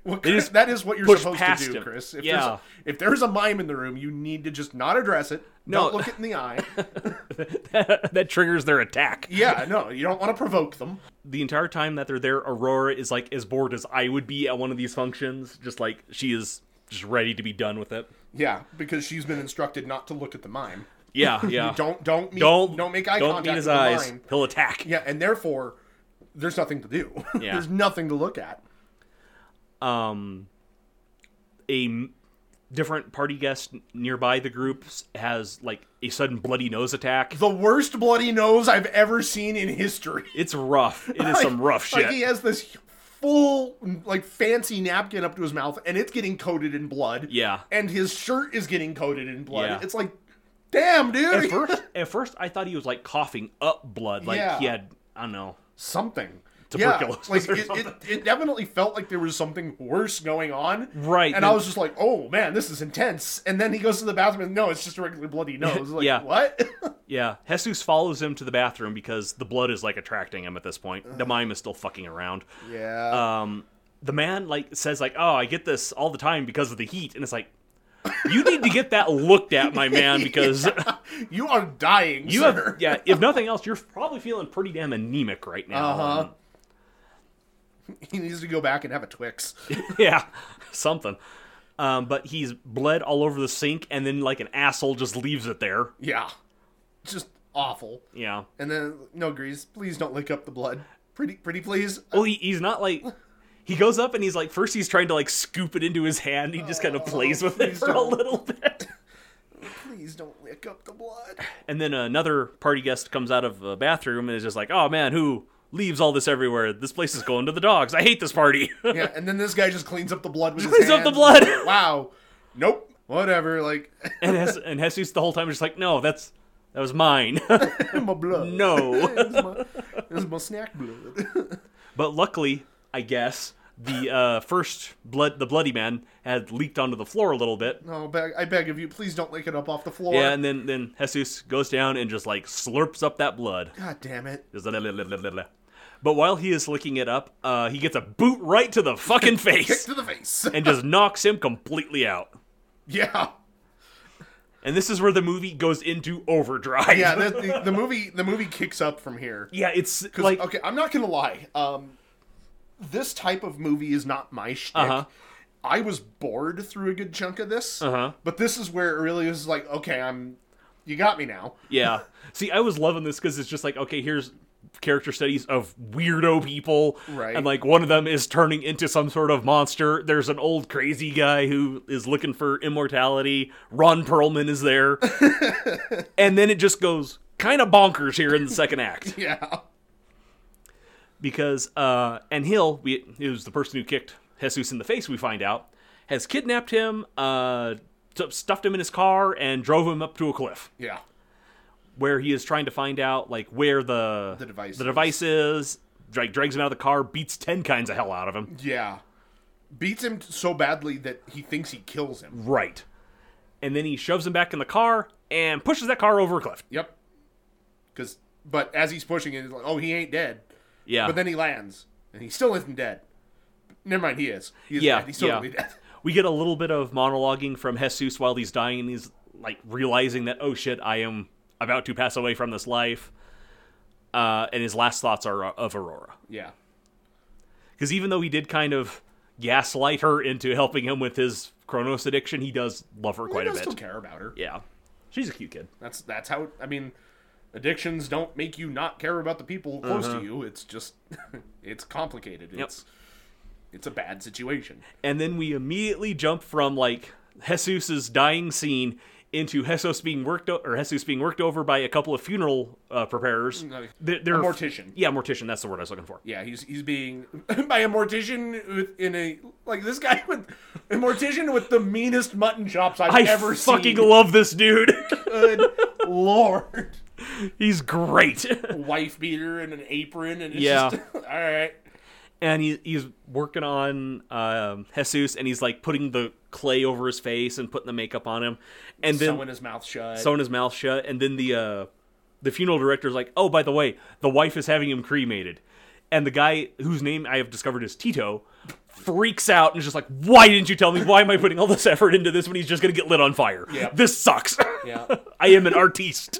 S1: Well, Chris,
S2: just
S1: that is what you're
S2: push
S1: supposed
S2: past
S1: to do,
S2: him.
S1: Chris. If
S2: Yeah.
S1: there's if there's a mime in the room, you need to just not address it.
S2: No.
S1: Don't look it in the eye.
S2: that, that triggers their attack.
S1: Yeah, no, you don't want to provoke them.
S2: The entire time that they're there, Aurora is like as bored as I would be at one of these functions. Just like she is just ready to be done with it.
S1: Yeah, because she's been instructed not to look at the mime.
S2: Yeah, yeah.
S1: Don't don't meet,
S2: don't
S1: don't make eye
S2: don't
S1: contact
S2: meet his
S1: with the
S2: eyes.
S1: mime.
S2: He'll attack.
S1: Yeah, and therefore, there's nothing to do.
S2: Yeah.
S1: there's nothing to look at.
S2: um, a m- different party guest n- nearby the group s- has like a sudden bloody nose attack.
S1: The worst bloody nose I've ever seen in history.
S2: It's rough. It is some rough
S1: Like he
S2: shit.
S1: has this full, like fancy napkin up to his mouth, and it's getting coated in blood.
S2: Yeah.
S1: and his shirt is getting coated in blood.
S2: Yeah.
S1: It's like, damn, dude,
S2: At first, at first, I thought he was like coughing up blood, like he
S1: Yeah.
S2: had I don't know
S1: something.
S2: tuberculosis
S1: like
S2: or
S1: it, it,
S2: something.
S1: it definitely felt like there was something worse going on.
S2: Right,
S1: And
S2: then-
S1: I was just like, oh man, this is intense. And then he goes to the bathroom and no, it's just a regular bloody nose. Like,
S2: Yeah.
S1: what?
S2: Yeah, Jesus follows him to the bathroom because the blood is like attracting him at this point. The mime is still fucking around.
S1: yeah.
S2: Um, the man like says like, "Oh, I get this all the time because of the heat," and it's like, you need to get that looked at, my man, because
S1: you are dying.
S2: Uh, you
S1: sir.
S2: have yeah. If nothing else, you're probably feeling pretty damn anemic right now.
S1: Uh-huh.
S2: Um,
S1: He needs to go back and have a Twix.
S2: yeah, something. Um, but he's bled all over the sink, and then like an asshole just leaves it there.
S1: Yeah. Just awful.
S2: Yeah.
S1: And then no grease, please don't lick up the blood. Pretty pretty please.
S2: Well, he, he's not like. He goes up and he's like, first he's trying to like scoop it into his hand. He just kind of plays with it
S1: Oh, please
S2: for
S1: don't.
S2: a little bit.
S1: Please don't lick up the blood.
S2: And then another party guest comes out of the bathroom and is just like, oh man, who leaves all this everywhere? This place is going to the dogs. I hate this party.
S1: Yeah, and then this guy just cleans up the blood with his
S2: Cleans up
S1: hands.
S2: the blood.
S1: Wow. Nope. Whatever. Like
S2: and, Hes- and Jesus the whole time is just like, no, that's that was mine.
S1: my blood.
S2: no.
S1: This is my, this is my snack blood.
S2: But luckily, I guess the uh, first blood, the bloody man, had leaked onto the floor a little bit.
S1: No, beg, I beg of you, please don't lick it up off the floor.
S2: Yeah, and then then Jesus goes down and just like slurps up that blood.
S1: God damn it.
S2: Just la-la-la-la-la-la. But while he is licking it up, uh, he gets a boot right to the fucking
S1: Kick
S2: face
S1: to the face.
S2: and just knocks him completely out.
S1: yeah.
S2: And this is where the movie goes into overdrive.
S1: Yeah, the, the, the movie the movie kicks up from here.
S2: yeah, it's
S1: 'Cause,
S2: like
S1: okay, I'm not gonna lie. Um, this type of movie is not my shtick.
S2: Uh-huh.
S1: I was bored through a good chunk of this,
S2: Uh-huh.
S1: but this is where it really is like, okay, I'm, you got me now.
S2: yeah. See, I was loving this because it's just like okay, here's character studies of weirdo people,
S1: Right.
S2: And like one of them is turning into some sort of monster. There's an old crazy guy who is looking for immortality. Ron Perlman is there, and then it just goes kind of bonkers here in the second act.
S1: Yeah,
S2: because uh, and Hill, we, who's the person who kicked Jesus in the face, we find out, has kidnapped him, uh, t- stuffed him in his car, and drove him up to a cliff
S1: yeah,
S2: where he is trying to find out like where the
S1: The device
S2: the
S1: is.
S2: device is. Drag, drags him out of the car, beats ten kinds of hell out of him.
S1: yeah. Beats him so badly that he thinks he kills him.
S2: Right, and then he shoves him back in the car and pushes that car over a cliff.
S1: Yep. Because, but as he's pushing it, he's like, oh, he ain't dead.
S2: Yeah,
S1: But then he lands, and he still isn't dead. Never mind, he is. He is
S2: yeah,
S1: dead. He's
S2: yeah.
S1: totally dead.
S2: We get a little bit of monologuing from Jesus while he's dying, and he's like realizing that, oh shit, I am about to pass away from this life. Uh, and his last thoughts are of Aurora.
S1: yeah.
S2: Because even though he did kind of gaslight her into helping him with his Chronos addiction, he does love her quite
S1: he
S2: a
S1: does
S2: bit.
S1: still care about her.
S2: Yeah. She's a cute kid.
S1: That's that's how. I mean, addictions don't make you not care about the people close
S2: Uh-huh.
S1: to you. It's just, it's complicated. It's it's a bad situation.
S2: And then we immediately jump from like Jesus's dying scene into Jesus being worked o- or Jesus being worked over by a couple of funeral uh, preparers.
S1: Mm, Like,
S2: They're, they're
S1: a mortician.
S2: Yeah, mortician. That's the word I was looking for.
S1: Yeah, he's he's being by a mortician with, in a like this guy with a mortician with the meanest mutton chops I've
S2: I
S1: ever
S2: fucking
S1: seen.
S2: love this dude.
S1: Good lord,
S2: He's great.
S1: wife beater and an apron and it's
S2: Yeah.
S1: just, all right.
S2: and he, he's working on um, Jesus, and he's like putting the clay over his face and putting the makeup on him, and then
S1: Sewing his mouth shut.
S2: sewing his mouth shut. And then the uh, the funeral director's like, "Oh, by the way, the wife is having him cremated," and the guy whose name I have discovered is Tito freaks out and is just like, "Why didn't you tell me? Why am I putting all this effort into this when he's just gonna get lit on fire?
S1: Yeah.
S2: This sucks.
S1: yeah,
S2: I am an artiste.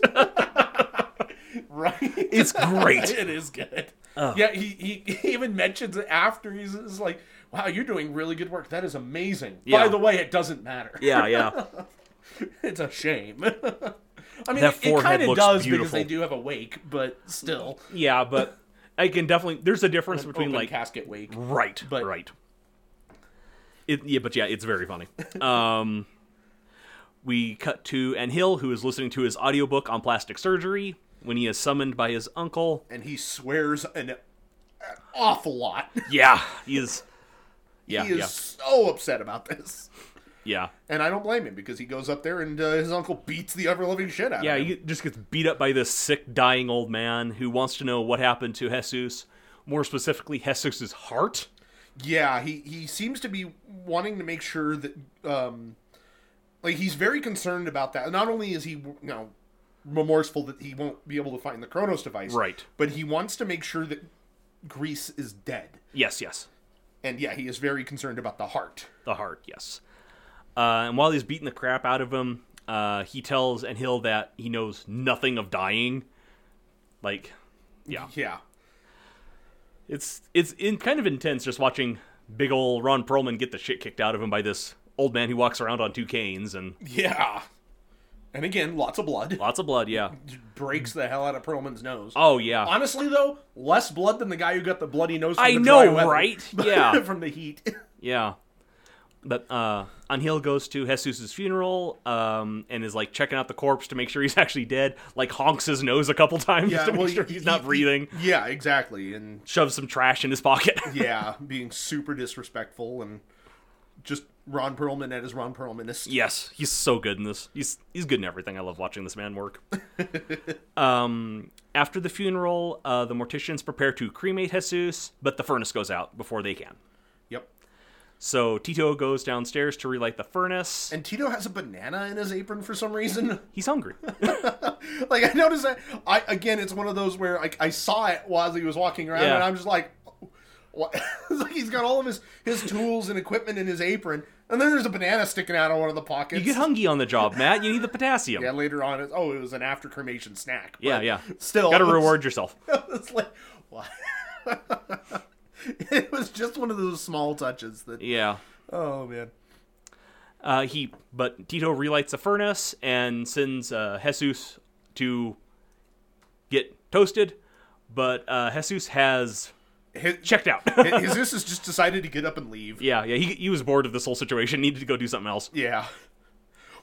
S1: right.
S2: it's great." Oh.
S1: it is good. Yeah, he, he he even mentions it after. He's, just like, "Wow, you're doing really good work. That is amazing."
S2: Yeah.
S1: By the way, it doesn't matter.
S2: Yeah, yeah.
S1: it's a shame. I mean,
S2: That
S1: it- it,
S2: forehead
S1: kind of
S2: looks
S1: does because
S2: beautiful.
S1: they do have a wake, but still,
S2: Yeah, but I can definitely. There's a difference between
S1: open
S2: like
S1: casket wake.
S2: right,
S1: but-
S2: right. It, yeah, but yeah, it's very funny. Um, we cut to and Hill, who is listening to his audiobook on plastic surgery when he is summoned by his uncle.
S1: And he swears an an awful lot.
S2: Yeah, he is. Yeah,
S1: he is so upset about this,
S2: yeah,
S1: and I don't blame him because he goes up there and uh, his uncle beats the ever living shit out
S2: yeah, yeah.
S1: of him.
S2: He just gets beat up by this sick, dying old man who wants to know what happened to Jesus. more specifically Hessex's heart.
S1: Yeah, he he seems to be wanting to make sure that um like he's very concerned about that. Not only is he you know remorseful that he won't be able to find the Kronos device,
S2: Right.
S1: But he wants to make sure that Greece is dead.
S2: Yes, yes.
S1: And yeah, he is very concerned about the heart.
S2: The heart, yes. Uh, and while he's beating the crap out of him, uh, he tells Anhil that he knows nothing of dying. Like, yeah,
S1: Yeah.
S2: it's it's in kind of intense just watching big ol' Ron Perlman get the shit kicked out of him by this old man who walks around on two canes and
S1: Yeah. And again, lots of blood.
S2: lots of blood. Yeah.
S1: Breaks the hell out of Perlman's nose.
S2: Oh yeah.
S1: Honestly, though, less blood than the guy who got the bloody nose. From
S2: I
S1: the
S2: know,
S1: dry weather.
S2: right? Yeah.
S1: from the heat.
S2: Yeah. But uh Anhil goes to Jesus' funeral um and is like checking out the corpse to make sure he's actually dead, like honks his nose a couple times to make
S1: well,
S2: sure
S1: he-
S2: he's
S1: he-
S2: not
S1: he-
S2: breathing,
S1: yeah, exactly. And
S2: shoves some trash in his pocket.
S1: yeah, being super disrespectful and just Ron Perlman at his Ron Perlmanist.
S2: yes, he's so good in this. He's he's good in everything. I love watching this man work. um after the funeral, uh, the morticians prepare to cremate Jesus, but the furnace goes out before they can.
S1: Yep.
S2: So Tito goes downstairs to relight the furnace.
S1: And Tito has a banana in his apron for some reason.
S2: he's hungry.
S1: like I noticed that. I again, it's one of those where like I saw it while he was walking around,
S2: Yeah.
S1: and I'm just like, what? it's like he's got all of his his tools and equipment in his apron, and then there's a banana sticking out of one of the pockets.
S2: you get hungry on the job, Matt. You need the potassium.
S1: Yeah, later on, it's oh, it was an after cremation snack. but
S2: Yeah, yeah.
S1: Still,
S2: Gotta
S1: it's-
S2: reward yourself.
S1: it's like what? it was just one of those small touches that.
S2: Yeah.
S1: Oh man.
S2: Uh, he, but Tito relights the furnace and sends uh, Jesus to get toasted, but uh, Jesus has
S1: His,
S2: checked out.
S1: his this has just decided to get up and leave.
S2: yeah, yeah. He, he was bored of this whole situation. Needed to go do something else.
S1: Yeah.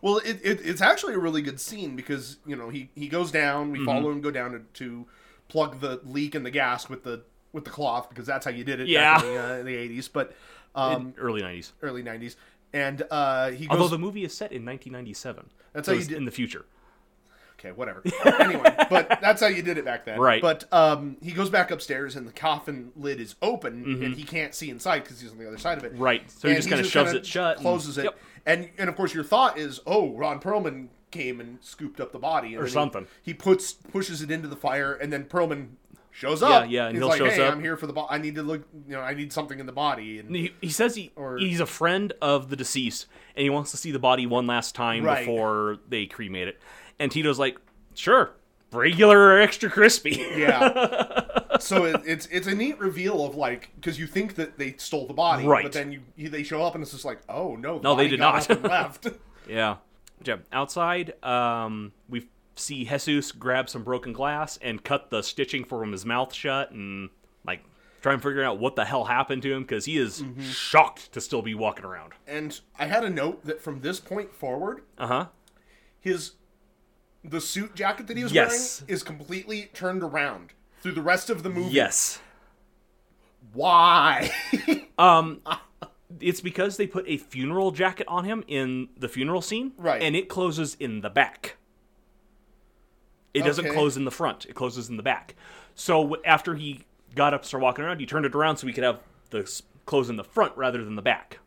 S1: Well, it, it, it's actually a really good scene because you know he, he goes down. We follow
S2: Mm-hmm.
S1: him go down to, to plug the leak in the gas with the with the cloth because that's how you did it.
S2: Yeah.
S1: back in the, uh, in the eighties, but um,
S2: Early '90s.
S1: early nineties. And uh, he
S2: Although
S1: goes.
S2: the movie is set in 1997.
S1: That's how
S2: so
S1: you
S2: it's
S1: did-
S2: in the future.
S1: okay, whatever. anyway, but that's how you did it back then,
S2: Right.
S1: But um, he goes back upstairs and the coffin lid is open and he can't see inside because he's on the other side of it.
S2: Mm-hmm. Right, so he
S1: And
S2: just kinda shoves
S1: kinda
S2: it shut and-
S1: closes it,
S2: Yep.
S1: and and of course your thought is, oh, Ron Perlman came and scooped up the body and then he-
S2: something.
S1: He, puts pushes it into the fire, and then Perlman shows up.
S2: yeah, and
S1: he's
S2: he'll
S1: like,
S2: shows
S1: hey,
S2: up.
S1: I'm here for the. Bo- I need to look. You know, I need something in the body. And
S2: He, he says he
S1: Or-
S2: he's a friend of the deceased and he wants to see the body one last time
S1: Right.
S2: before they cremate it. And Tito's like, sure, regular or extra crispy.
S1: yeah. So it, it's it's a neat reveal of like because you think that they stole the body,
S2: Right.
S1: But then you, you they show up and it's just like, oh no, the
S2: No, they
S1: body
S2: did
S1: got up
S2: not.
S1: and left.
S2: Yeah. Yeah. Outside, um, we see Jesus grab some broken glass and cut the stitching from his mouth shut and, like, try and figure out what the hell happened to him because he is
S1: Mm-hmm.
S2: shocked to still be walking around.
S1: and I had a note that from this point forward,
S2: Uh huh.
S1: his the suit jacket that he was
S2: Yes.
S1: wearing is completely turned around through the rest of the movie.
S2: Yes.
S1: Why?
S2: It's because they put a funeral jacket on him in the funeral scene.
S1: Right.
S2: And it closes in the back. It doesn't
S1: Okay.
S2: close in the front, it closes in the back. So w- after he got up, started walking around, he turned it around so we could have the s- close in the front rather than the back.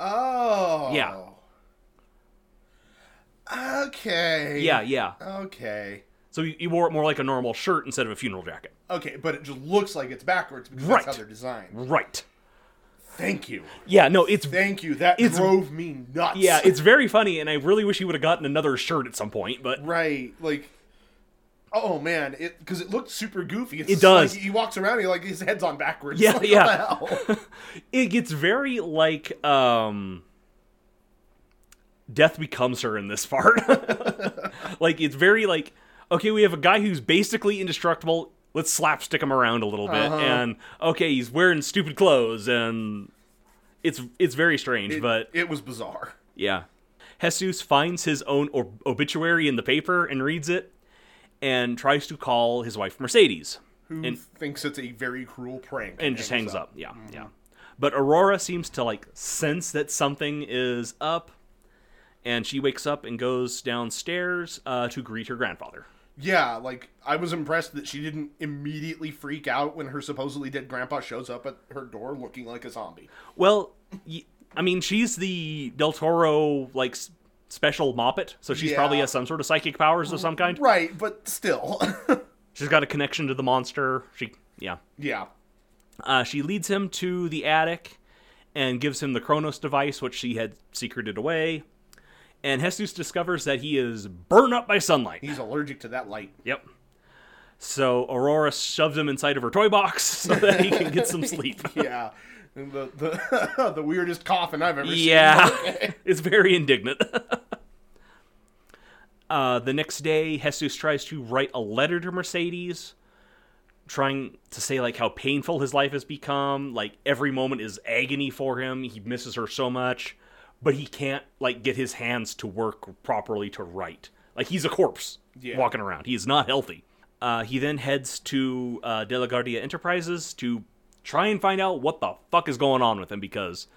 S1: oh.
S2: Yeah.
S1: Okay.
S2: Yeah, yeah.
S1: Okay.
S2: So he he wore it more like a normal shirt instead of a funeral jacket.
S1: Okay, but it just looks like it's backwards because
S2: Right.
S1: that's how they're designed.
S2: Right.
S1: Thank you.
S2: Yeah, no, it's
S1: Thank you. That
S2: It's-
S1: drove me nuts.
S2: yeah, it's very funny and I really wish he would have gotten another shirt at some point, but
S1: right. Like, oh man, it because it looked super goofy. It's
S2: It
S1: just like
S2: does.
S1: he walks around, he like his head's on backwards.
S2: Yeah,
S1: Like, what
S2: yeah.
S1: the hell?
S2: it gets very like um death becomes her in this part. like it's very like okay, we have a guy who's basically indestructible. Let's slapstick him around a little bit and okay, he's wearing stupid clothes and it's it's very strange,
S1: It-
S2: but
S1: it was bizarre.
S2: Yeah. Jesus finds his own ob- obituary in the paper and reads it and tries to call his wife Mercedes
S1: Who
S2: And-
S1: thinks it's a very cruel prank
S2: and just hangs up. Yeah, yeah. But Aurora seems to like sense that something is up and she wakes up and goes downstairs uh, to greet her grandfather.
S1: yeah, like I was impressed that she didn't immediately freak out when her supposedly dead grandpa shows up at her door looking like a zombie.
S2: Well, y- I mean, she's the Del Toro like s- special moppet, so she's
S1: Yeah.
S2: probably has some sort of psychic powers of some kind.
S1: Right, but still.
S2: She's got a connection to the monster. She, yeah,
S1: yeah.
S2: uh, she leads him to the attic and gives him the Kronos device, which she had secreted away. And Hestus discovers that he is burned up by sunlight.
S1: He's allergic to that light.
S2: Yep. So Aurora shoves him inside of her toy box so that he can get some sleep.
S1: Yeah. And the the, the weirdest coffin I've ever seen.
S2: Yeah, it's very indignant. uh, the next day, Jesus tries to write a letter to Mercedes, trying to say like how painful his life has become. Like every moment is agony for him. He misses her so much, but he can't like get his hands to work properly to write. Like he's a corpse
S1: Yeah.
S2: walking around. He is not healthy. Uh, he then heads to uh, De La Guardia Enterprises to try and find out what the fuck is going on with him because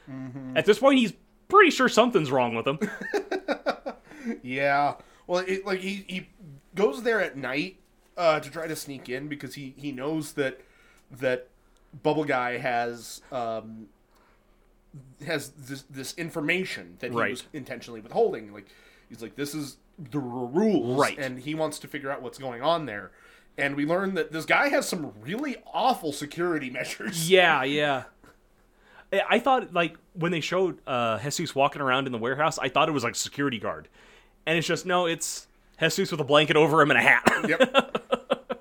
S2: at this point, he's pretty sure something's wrong with him.
S1: Yeah. Well, it, like he, he goes there at night uh, to try to sneak in because he, he knows that that Bubble Guy has um, has this this information that he
S2: Right.
S1: was intentionally withholding. Like he's like this is the r- rules,
S2: Right.
S1: And he wants to figure out what's going on there. And we learn that this guy has some really awful security measures.
S2: yeah, yeah. I- I thought like when they showed uh, Jesus walking around in the warehouse, I thought it was like security guard, and it's just no, it's Jesus with a blanket over him and a hat.
S1: Yep.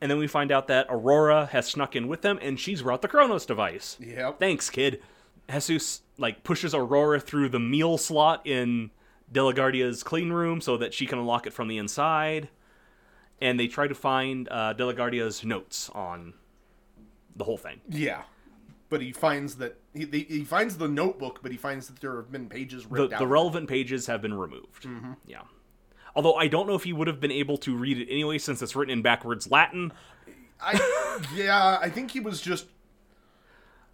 S2: and then we find out that Aurora has snuck in with them, and she's brought the Kronos device.
S1: Yep.
S2: Thanks, kid. Jesus like pushes Aurora through the meal slot in Delagardia's clean room so that she can unlock it from the inside. And they try to find uh, Delagardia's notes on the whole thing.
S1: Yeah, but he finds that he they, he finds the notebook, but he finds that there have been pages
S2: The,
S1: ripped out.
S2: the relevant pages have been removed.
S1: Mm-hmm.
S2: Yeah. Although I don't know if he would have been able to read it anyway, since it's written in backwards Latin.
S1: I, yeah, I think he was just.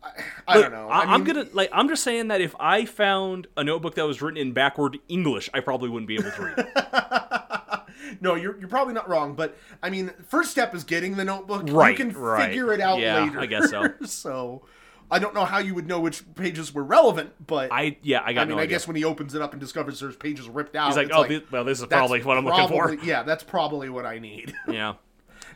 S1: I, I don't know.
S2: I,
S1: I
S2: am
S1: mean,
S2: gonna like. I'm just saying that if I found a notebook that was written in backward English, I probably wouldn't be able to read it.
S1: No, you're you're probably not wrong, but I mean, first step is getting the notebook.
S2: Right,
S1: You can
S2: right.
S1: figure it out
S2: Yeah,
S1: later.
S2: I guess so.
S1: so, I don't know how you would know which pages were relevant, but
S2: I yeah, I got
S1: I mean,
S2: no
S1: I
S2: idea.
S1: guess when he opens it up and discovers there's pages ripped out,
S2: He's like,
S1: it's
S2: oh, thi- well, this is
S1: that's
S2: probably what I'm looking for.
S1: probably- Yeah, that's probably what I need.
S2: Yeah.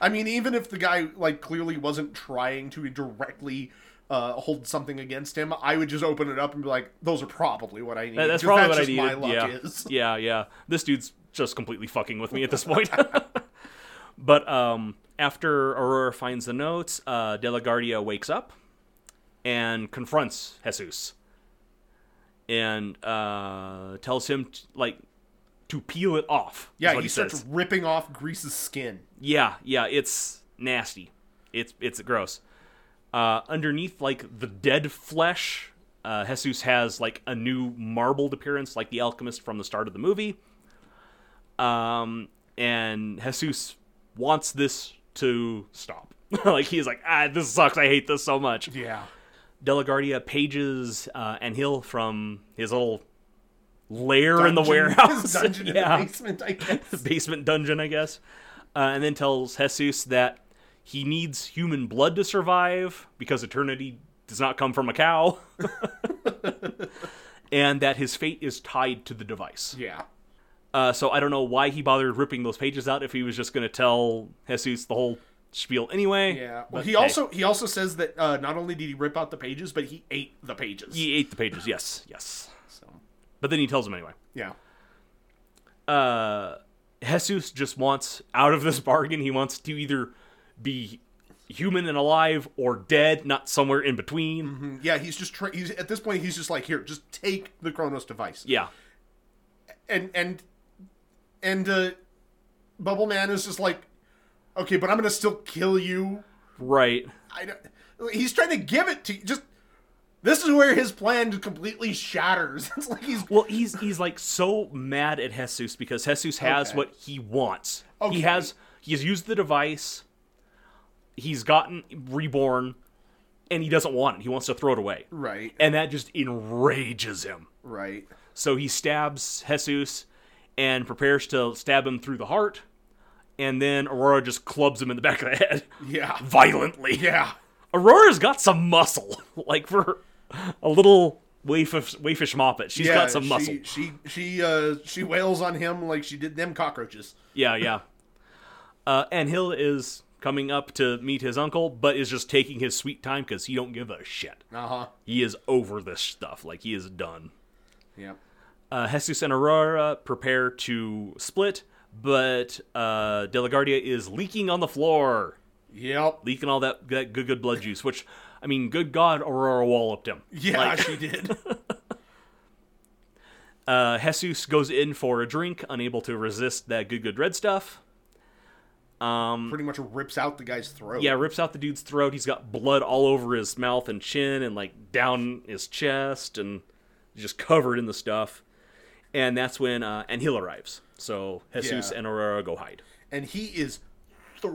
S1: I mean, even if the guy like clearly wasn't trying to directly uh, hold something against him, I would just open it up and be like, "Those are probably what I need."
S2: That- that's
S1: Just-
S2: probably
S1: just
S2: what
S1: My
S2: I needed.
S1: luck
S2: yeah.
S1: is.
S2: yeah, yeah. This dude's just completely fucking with me at this point. but um, after Aurora finds the notes, uh, De La Guardia wakes up and confronts Jesus and uh, tells him t- like to peel it off. is
S1: Yeah,
S2: what
S1: he starts
S2: says.
S1: ripping off Grease's skin.
S2: Yeah, yeah, it's nasty. It's it's gross. Uh, underneath, like the dead flesh, uh, Jesus has like a new marbled appearance, like the alchemist from the start of the movie. Um, and Jesus wants this to stop. like he's like, ah, this sucks. I hate this so much.
S1: Yeah.
S2: Delagardia pages uh, and Hill from his little lair in the
S1: Dungeon-
S2: warehouse,
S1: dungeon
S2: Yeah
S1: in the basement, I guess.
S2: basement dungeon, I guess. Uh, and then tells Jesus that he needs human blood to survive because eternity does not come from a cow. and that his fate is tied to the device.
S1: yeah.
S2: Uh, so I don't know why he bothered ripping those pages out if he was just going to tell Jesus the whole spiel anyway.
S1: Yeah. Well,
S2: But
S1: he
S2: hey,
S1: also he also says that uh, not only did he rip out the pages, but he ate the pages.
S2: he ate the pages. Yes, yes.
S1: So,
S2: But then he tells him anyway.
S1: yeah.
S2: uh, Jesus just wants out of this bargain. He wants to either be human and alive or dead, not somewhere in between.
S1: Yeah, he's just tra- he's at this point he's just like, "Here, just take the Kronos device."
S2: Yeah.
S1: and and and uh bubble man is just like okay but i'm gonna still kill you
S2: Right.
S1: i don't he's trying to give it to you just this is where his plan completely shatters it's like he's
S2: Well, he's he's like so mad at Jesus because Jesus has
S1: Okay.
S2: what he wants.
S1: Okay.
S2: He has he's used the device. He's gotten reborn and he doesn't want it. He wants to throw it away.
S1: right
S2: And that just enrages him.
S1: right
S2: So he stabs Jesus and prepares to stab him through the heart. and then Aurora just clubs him in the back of the head
S1: Yeah.
S2: violently.
S1: Yeah.
S2: Aurora's got some muscle, like for a little waifish, waifish moppet. She's
S1: yeah,
S2: got some
S1: she,
S2: muscle.
S1: She she uh she wails on him like she did them cockroaches.
S2: Yeah, yeah. Uh, and Hill is coming up to meet his uncle, but is just taking his sweet time because he don't give a shit.
S1: Uh huh.
S2: He is over this stuff. Like he is done.
S1: Yeah.
S2: Uh, Jesus and Aurora prepare to split, but uh, De La Guardia is leaking on the floor,
S1: Yep.
S2: leaking all that, that good, good blood juice. Which, I mean, good God, Aurora walloped him.
S1: Yeah,
S2: Like,
S1: she did.
S2: Uh, Jesus goes in for a drink, unable to resist that good, good red stuff.
S1: Pretty much rips out the guy's throat.
S2: um, Yeah, rips out the dude's throat. He's got blood all over his mouth and chin and like down his chest and just covered in the stuff. And that's when uh, Anhil arrives. So Jesus
S1: Yeah.
S2: and Aurora go hide.
S1: And he is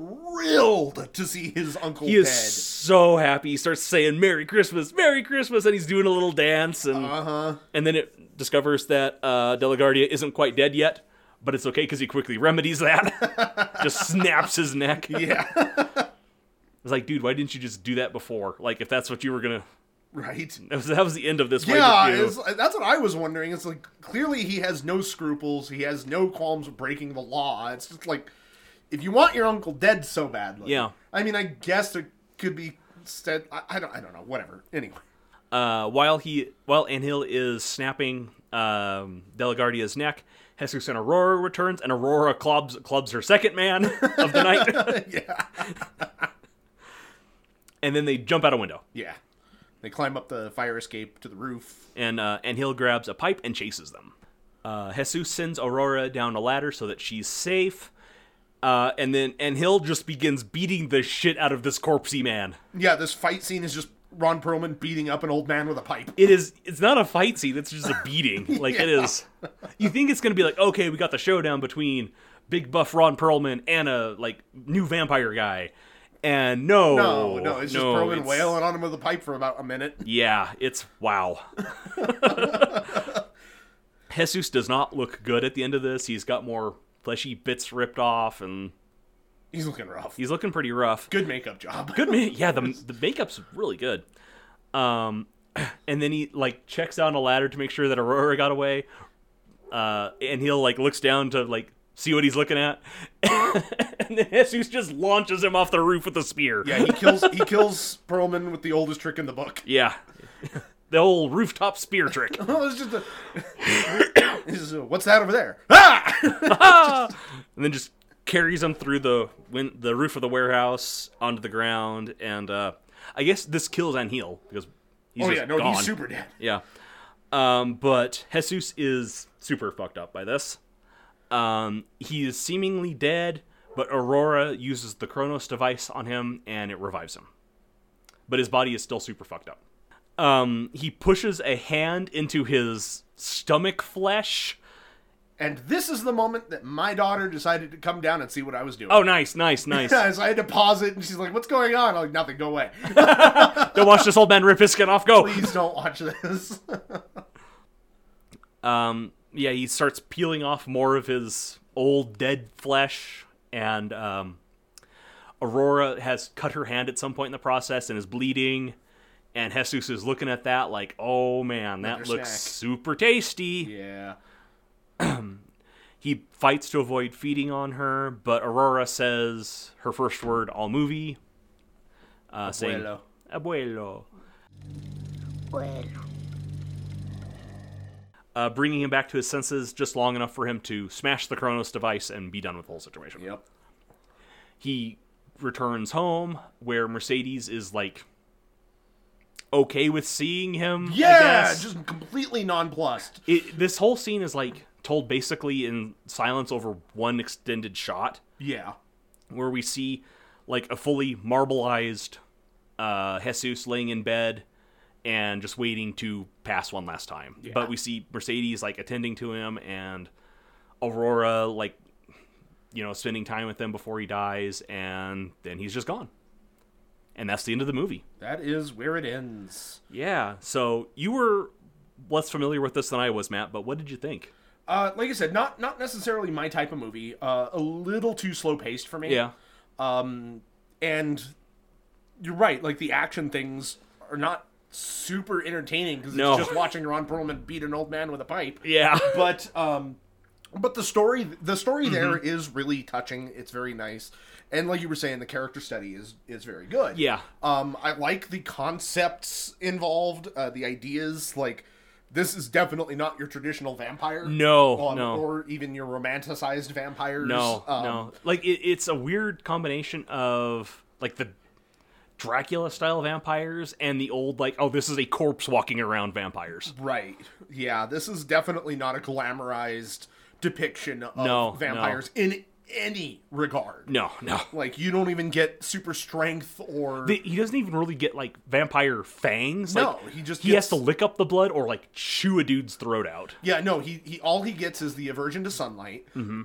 S1: thrilled to see his uncle
S2: He
S1: dead.
S2: is so happy. He starts saying "Merry Christmas, Merry Christmas," and he's doing a little dance, and
S1: Uh-huh.
S2: and then it discovers that uh, Delagardia isn't quite dead yet, but it's okay because he quickly remedies that. just snaps his neck.
S1: Yeah.
S2: It's like, dude, why didn't you just do that before? Like, if that's what you were gonna,
S1: right.
S2: that was, that was the end of this. wave
S1: Yeah,
S2: of you.
S1: it's, that's what I was wondering. It's like clearly he has no scruples. He has no qualms breaking the law. It's just like if you want your uncle dead so badly.
S2: Yeah.
S1: I mean, I guess there could be. Said, I, I don't. I don't know. Whatever. Anyway.
S2: uh, while he while Anhil is snapping um, Delagardia's neck, Jesus and Aurora returns, and Aurora clubs clubs her second man of the night,
S1: yeah.
S2: and then they jump out a window,
S1: Yeah. They climb up the fire escape to the roof.
S2: and uh, Anhil grabs a pipe and chases them. Uh, Jesus sends Aurora down a ladder so that she's safe. Uh, and then Anhil just begins beating the shit out of this corpsey man.
S1: Yeah. This fight scene is just Ron Perlman beating up an old man with a pipe.
S2: it is it's not a fight scene it's just a beating like it is you think it's gonna be like okay we got the showdown between big buff ron perlman and a like new vampire guy and Oh, no
S1: No, no, it's just Perlman
S2: it's-
S1: wailing on him with a pipe for about a minute.
S2: yeah it's wow jesus does not look good at the end of this he's got more fleshy bits ripped off and
S1: He's looking rough.
S2: he's looking pretty rough
S1: Good makeup job.
S2: good man yeah the, the makeup's really good um and then he like checks down a ladder to make sure that aurora got away uh and he'll like looks down to like see what he's looking at and then jesus just launches him off the roof with a spear
S1: Yeah, he kills. He kills Perlman with the oldest trick in the book.
S2: yeah the old rooftop spear trick
S1: Oh, it's just a, It's just a- what's that over there? Ah!
S2: and then just carries him through the win- the roof of the warehouse onto the ground and uh i guess this kills anheel because he's
S1: Oh
S2: just
S1: yeah, no,
S2: gone.
S1: he's super dead.
S2: Yeah. Um, but Jesus is super fucked up by this. Um, he is seemingly dead, but Aurora uses the Kronos device on him and it revives him. But his body is still super fucked up. Um, he pushes a hand into his stomach flesh.
S1: And this is the moment that my daughter decided to come down and see what I was doing.
S2: Oh, nice, nice, nice.
S1: Yeah, so I had to pause it, and she's like, "What's going on?" I'm like, "Nothing. Go away.
S2: Don't watch this old man rip his skin off. Go.
S1: Please don't watch this."
S2: Um, yeah, he starts peeling off more of his old dead flesh, and um, Aurora has cut her hand at some point in the process and is bleeding. And Jesus is looking at that like, oh man, that
S1: Another
S2: looks
S1: snack."
S2: super tasty.
S1: yeah.
S2: He fights to avoid feeding on her, but Aurora says her first word all movie, uh, saying,
S1: Abuelo.
S2: Abuelo.
S4: Well.
S2: Uh, bringing him back to his senses just long enough for him to smash the Kronos device and be done with the whole situation.
S1: Yep.
S2: he returns home where Mercedes is like okay with seeing him. I
S1: Yeah,
S2: guess.
S1: just completely nonplussed.
S2: it, this whole scene is like told basically in silence over one extended shot
S1: Yeah.
S2: where we see like a fully marbleized uh, Jesus laying in bed and just waiting to pass one last time. But we see Mercedes like attending to him and Aurora like you know spending time with him before he dies, and then he's just gone. And that's the end of the movie.
S1: That is where it ends.
S2: Yeah. So you were less familiar with this than I was, Matt. But what did you think?
S1: Uh, like I said, not not necessarily my type of movie. Uh, a little too slow paced for me.
S2: Yeah.
S1: Um, and you're right. Like the action things are not super entertaining because
S2: No.
S1: it's just watching Ron Perlman beat an old man with a pipe.
S2: Yeah.
S1: But um, but the story the story
S2: Mm-hmm.
S1: there is really touching. It's very nice. And like you were saying, the character study is is very good.
S2: Yeah.
S1: Um, I like the concepts involved, uh, the ideas. Like, this is definitely not your traditional vampire. Um,
S2: No, no.
S1: Or even your romanticized vampires.
S2: No,
S1: Um,
S2: no. Like it, it's a weird combination of like the Dracula style vampires and the old like oh this is a corpse walking around vampires.
S1: Right. Yeah, this is definitely not a glamorized depiction of
S2: No,
S1: vampires in any regard.
S2: No, no.
S1: Like, you don't even get super strength or.
S2: The- He doesn't even really get like vampire fangs.
S1: No,
S2: like,
S1: he just
S2: he
S1: gets-
S2: has to lick up the blood or like chew a dude's throat out.
S1: Yeah, no, he, he all he gets is the aversion to sunlight,
S2: Mm-hmm.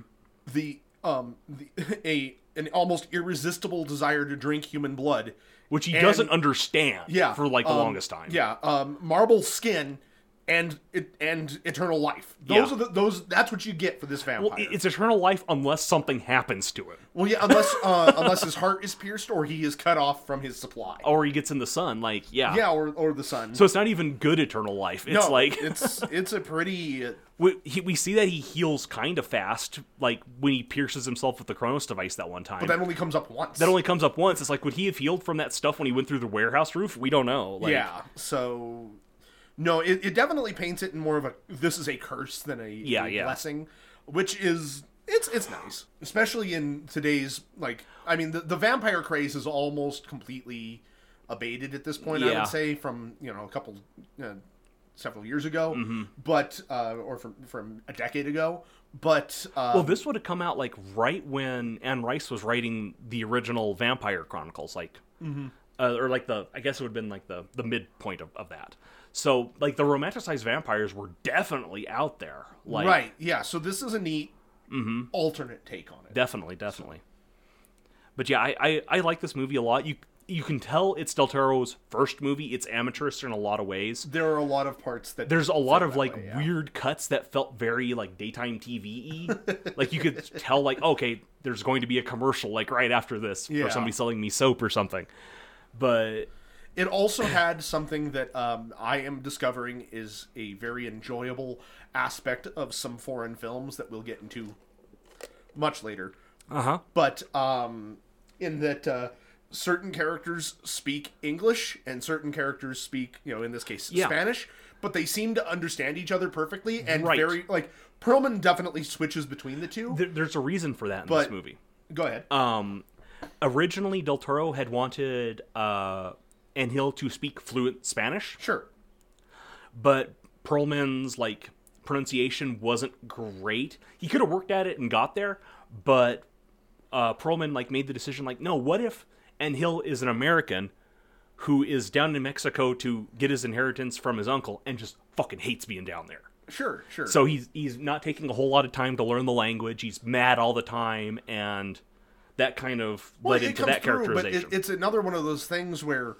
S1: the um the, a an almost irresistible desire to drink human blood,
S2: Which he
S1: And-
S2: doesn't understand
S1: yeah
S2: for like the
S1: um,
S2: longest time.
S1: Yeah, um, marble skin and it and eternal life. Those
S2: Yeah.
S1: are the, those. That's what you get for this vampire.
S2: Well, it- it's eternal life unless something happens to him.
S1: Well, yeah, unless uh, unless his heart is pierced or he is cut off from his supply.
S2: Or he gets in the sun, like yeah.
S1: Yeah, or or the sun.
S2: Oh, So it's not even good eternal life. It's
S1: no,
S2: like
S1: it's it's a pretty.
S2: We, he, we see that he heals kind of fast, like when he pierces himself with the Chronos device that one time.
S1: But that only comes up once.
S2: that only comes up once. It's like, would he have healed from that stuff when he went through the warehouse roof? We don't know. Like,
S1: yeah. So no, it, it definitely paints it in more of a this is a curse than a,
S2: Yeah,
S1: a
S2: yeah.
S1: blessing, which is it's it's nice, especially in today's like I mean the the vampire craze is almost completely abated at this point. I
S2: Yeah.
S1: would say from you know a couple. Uh, several years ago
S2: Mm-hmm.
S1: but uh or from from a decade ago but uh
S2: Well, this would have come out like right when Anne Rice was writing the original Vampire Chronicles, like,
S1: Mm-hmm.
S2: uh, or like the I guess it would have been like the the midpoint of, of that. So like the romanticized vampires were definitely out there. Like, Mm-hmm.
S1: right yeah so this is a neat alternate take on it
S2: Definitely, definitely. But yeah, I, I, I like this movie a lot. You you can tell it's Del Toro's first movie. It's amateurish in a lot of ways.
S1: there are a lot of parts that
S2: There's a lot of like weird cuts that felt very like daytime TV y. like you could tell like okay, there's going to be a commercial like right after this
S1: Yeah.
S2: for somebody selling me soap or something. But
S1: It also had something that um, I am discovering is a very enjoyable aspect of some foreign films that we'll get into much later.
S2: uh huh.
S1: But um, in that uh, certain characters speak English and certain characters speak, you know, in this case,
S2: Yeah.
S1: Spanish, but they seem to understand each other perfectly and
S2: Right.
S1: very, like, Perlman definitely switches between the two.
S2: There, there's a reason for that in
S1: But-
S2: this movie.
S1: Go ahead.
S2: Um, originally Del Toro had wanted uh, Anhil to speak fluent Spanish.
S1: sure.
S2: but Perlman's like pronunciation wasn't great. He could have worked at it and got there, but uh, Perlman like made the decision like, no, what if and Hill is an American who is down in Mexico to get his inheritance from his uncle and just fucking hates being down there.
S1: Sure, sure.
S2: So he's he's not taking a whole lot of time to learn the language. He's mad all the time and that kind of
S1: Well,
S2: led
S1: it
S2: into
S1: comes
S2: that
S1: through,
S2: characterization.
S1: But it, it's another one of those things where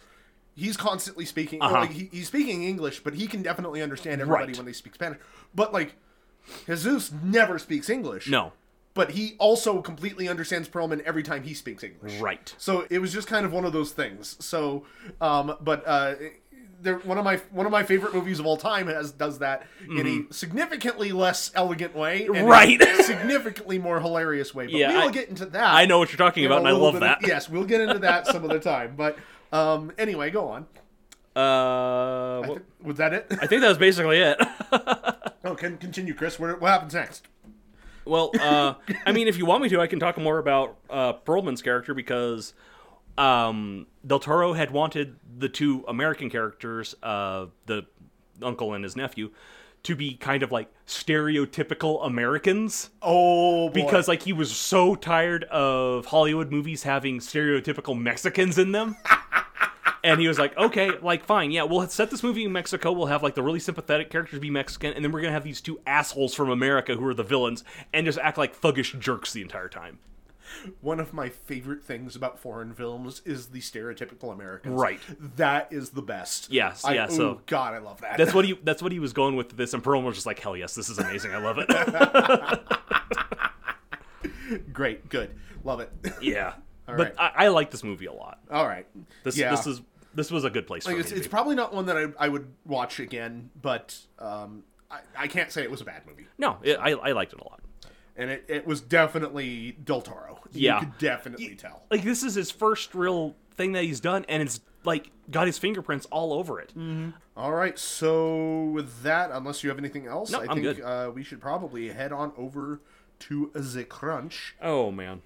S1: he's constantly speaking.
S2: Uh-huh.
S1: Like he, he's speaking English, but he can definitely understand everybody
S2: Right.
S1: when they speak Spanish. But like Jesus never speaks English.
S2: no.
S1: But he also completely understands Perlman every time he speaks English.
S2: Right.
S1: So it was just kind of one of those things. So, um, but uh, there, one of my one of my favorite movies of all time has does that in a significantly less elegant way, and a
S2: Mm-hmm. Right.
S1: significantly more hilarious way. But
S2: Yeah,
S1: we will
S2: I-
S1: get into that.
S2: I know what you're talking
S1: in
S2: about
S1: a
S2: and I
S1: little
S2: love
S1: bit
S2: that.
S1: of- yes, we'll get into that some other time. But um, anyway, go on.
S2: Uh, well,
S1: Was that it?
S2: I think that was basically it.
S1: oh, can continue, Chris. What, what happens next?
S2: Well, uh, I mean, if you want me to, I can talk more about uh, Perlman's character because um, Del Toro had wanted the two American characters, uh, the uncle and his nephew, to be kind of like stereotypical Americans
S1: Oh, boy.
S2: because like he was so tired of Hollywood movies having stereotypical Mexicans in them. And he was like, okay, like, fine, yeah, we'll set this movie in Mexico. We'll have, like, the really sympathetic characters be Mexican, and then we're going to have these two assholes from America who are the villains and just act like thuggish jerks the entire time.
S1: One of my favorite things about foreign films is the stereotypical Americans.
S2: Right.
S1: That is the best.
S2: Yes,
S1: I,
S2: yeah,
S1: oh,
S2: so-
S1: God, I love that.
S2: That's what he. That's what he was going with this, and Perlman was just like, "Hell yes, this is amazing. I love it."
S1: great. Good. Love it.
S2: yeah,
S1: All
S2: but
S1: right.
S2: I, I like this movie a lot.
S1: All right.
S2: This
S1: yeah.
S2: this is this was a good place for
S1: Like,
S2: me.
S1: it's,
S2: to
S1: it's
S2: be.
S1: probably not one that I, I would watch again, but um, I, I can't say it was a bad movie.
S2: no, it, I I liked it a lot.
S1: And it, it was definitely Del Toro.
S2: Yeah.
S1: You could definitely tell.
S2: Like this is his first real thing that he's done, and it's like got his fingerprints all over it.
S1: All right, so with that, unless you have anything else, I
S2: No, I'm
S1: think
S2: good.
S1: Uh, we should probably head on over to the crunch.
S2: Oh man,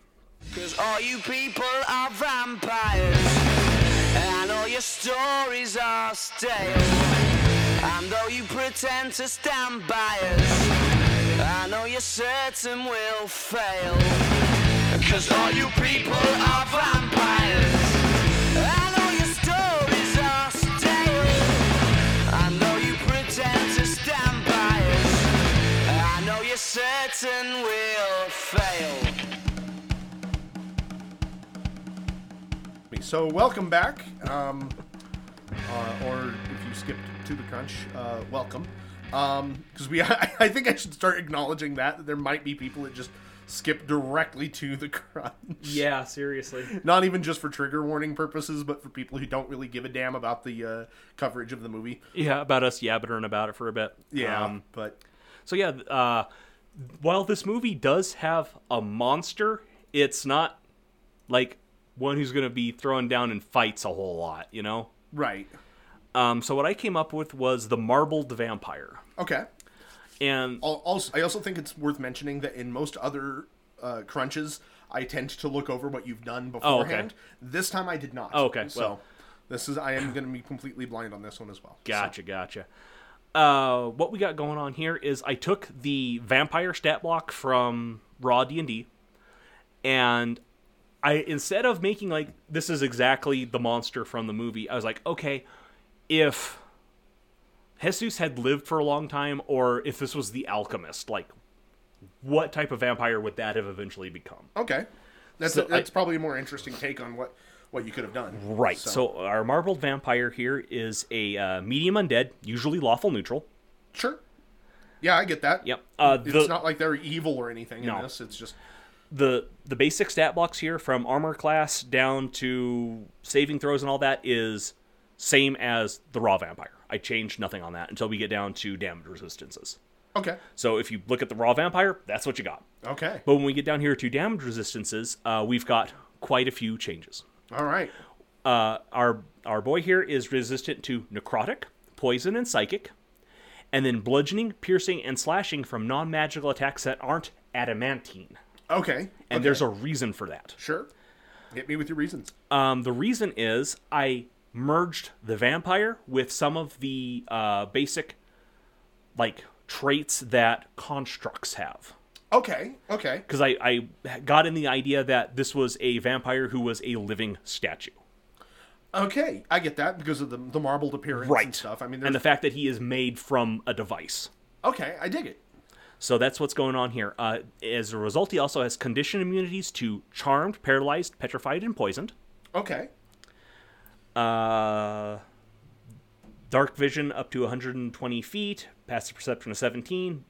S6: Cause all you people are vampires. And all your stories are stale. And though you pretend to stand by us, I know you're certain we'll fail. Cause all you people are vampires. And all your stories are stale. I know you pretend to stand by us. I know you're certain we'll fail.
S1: So welcome back, um, uh, or if you skipped to the crunch, uh, welcome. Because we, I think I should start acknowledging that, that there might be people that just skip directly to the crunch.
S2: yeah, seriously.
S1: Not even just for trigger warning purposes, but for people who don't really give a damn about the uh, coverage of the movie.
S2: Yeah, about us yabbering about it for a bit.
S1: Yeah,
S2: Um,
S1: but
S2: so yeah, uh, while this movie does have a monster, it's not like one who's going to be thrown down in fights a whole lot, you know.
S1: right,
S2: Um, so what I came up with was the marbled vampire,
S1: okay.
S2: and
S1: Al- also, I also think it's worth mentioning that in most other uh, crunches, I tend to look over what you've done
S2: Oh, okay.
S1: beforehand. This time, I did not.
S2: Oh, okay,
S1: so
S2: well.
S1: this is I am going to be completely blind on this one as well.
S2: Gotcha, gotcha. Uh, what we got going on here is I took the vampire stat block from Raw D and D, and I instead of making like this is exactly the monster from the movie, I was like, okay, if Jesus had lived for a long time, or if this was the Alchemist, like what type of vampire would that have eventually become?
S1: So, okay, that's
S2: So
S1: that's probably a more interesting take on what what you could have done.
S2: Right. So, our marbled vampire here is a uh, medium undead, usually lawful neutral.
S1: sure, yeah, I get that.
S2: Yep. Uh,
S1: It's
S2: the-
S1: not like they're evil or anything
S2: No.
S1: in this. It's just
S2: the the basic stat blocks here from armor class down to saving throws and all that is same as the raw vampire. I changed nothing on that until we get down to damage resistances.
S1: okay,
S2: So if you look at the raw vampire, that's what you got.
S1: okay,
S2: But when we get down here to damage resistances, uh, we've got quite a few changes.
S1: all right,
S2: Uh, our our boy here is resistant to necrotic, poison, and psychic, and then bludgeoning, piercing, and slashing from non-magical attacks that aren't adamantine.
S1: okay,
S2: And there's a reason for that.
S1: sure. Hit me with your reasons.
S2: Um, the reason is I merged the vampire with some of the uh, basic like traits that constructs have
S1: Okay, okay,
S2: because I, I got in the idea that this was a vampire who was a living statue
S1: Okay, I get that because of the the marbled appearance and stuff. I mean,
S2: and
S1: there's,
S2: the fact that he is made from a device
S1: okay, I dig it.
S2: so that's what's going on here uh, as a result he also has condition immunities to charmed paralyzed petrified and poisoned
S1: Okay,
S2: Uh, dark vision up to 120 feet, passive perception of 17,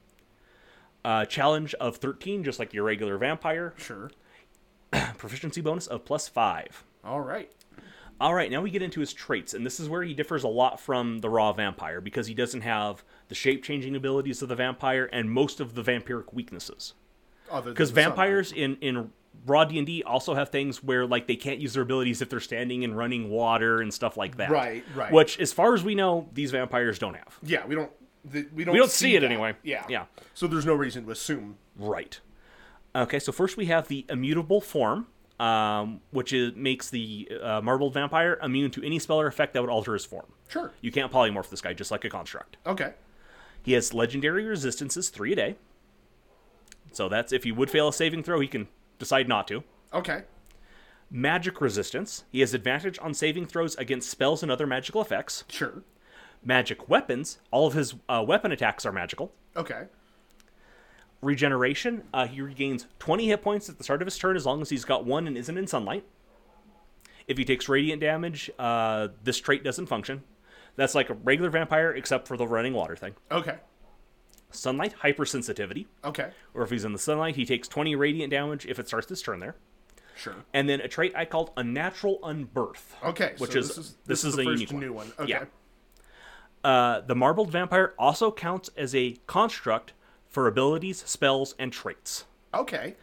S2: uh, challenge of 13, just like your regular vampire,
S1: sure.
S2: proficiency bonus of plus 5.
S1: All right.
S2: All right, now we get into his traits, and this is where he differs a lot from the raw vampire because he doesn't have the shape changing abilities of the vampire and most of the vampiric weaknesses.
S1: Other
S2: Because
S1: than the sunlight.
S2: vampires in in raw D and D also have things where like they can't use their abilities if they're standing in running water and stuff like that.
S1: Right, right.
S2: Which, as far as we know, these vampires don't have.
S1: Yeah, we don't. The, we don't.
S2: We don't see it
S1: that.
S2: anyway.
S1: Yeah.
S2: Yeah.
S1: So there's no reason to assume.
S2: Right. Okay, so first we have the immutable form, um, which is, makes the uh, marbled vampire immune to any spell or effect that would alter his form.
S1: Sure.
S2: You can't polymorph this guy, just like a construct.
S1: Okay.
S2: He has legendary resistances, three a day. So that's if he would fail a saving throw, he can decide not to.
S1: Okay.
S2: Magic resistance. He has advantage on saving throws against spells and other magical effects.
S1: Sure.
S2: Magic weapons. All of his uh, weapon attacks are magical.
S1: Okay.
S2: regeneration. Uh, he regains 20 hit points at the start of his turn as long as he's got one and isn't in sunlight. If he takes radiant damage, uh, this trait doesn't function. That's like a regular vampire except for the running water thing.
S1: Okay.
S2: Sunlight hypersensitivity,
S1: Okay.
S2: or if he's in the sunlight, he takes 20 radiant damage if it starts this turn there.
S1: Sure.
S2: And then a trait I called unnatural unbirth.
S1: Okay.
S2: which
S1: so
S2: is
S1: this is
S2: this, is,
S1: the
S2: a
S1: first
S2: unique
S1: new one. Okay.
S2: Yeah. Uh, the marbled vampire also counts as a construct for abilities, spells, and traits.
S1: Okay.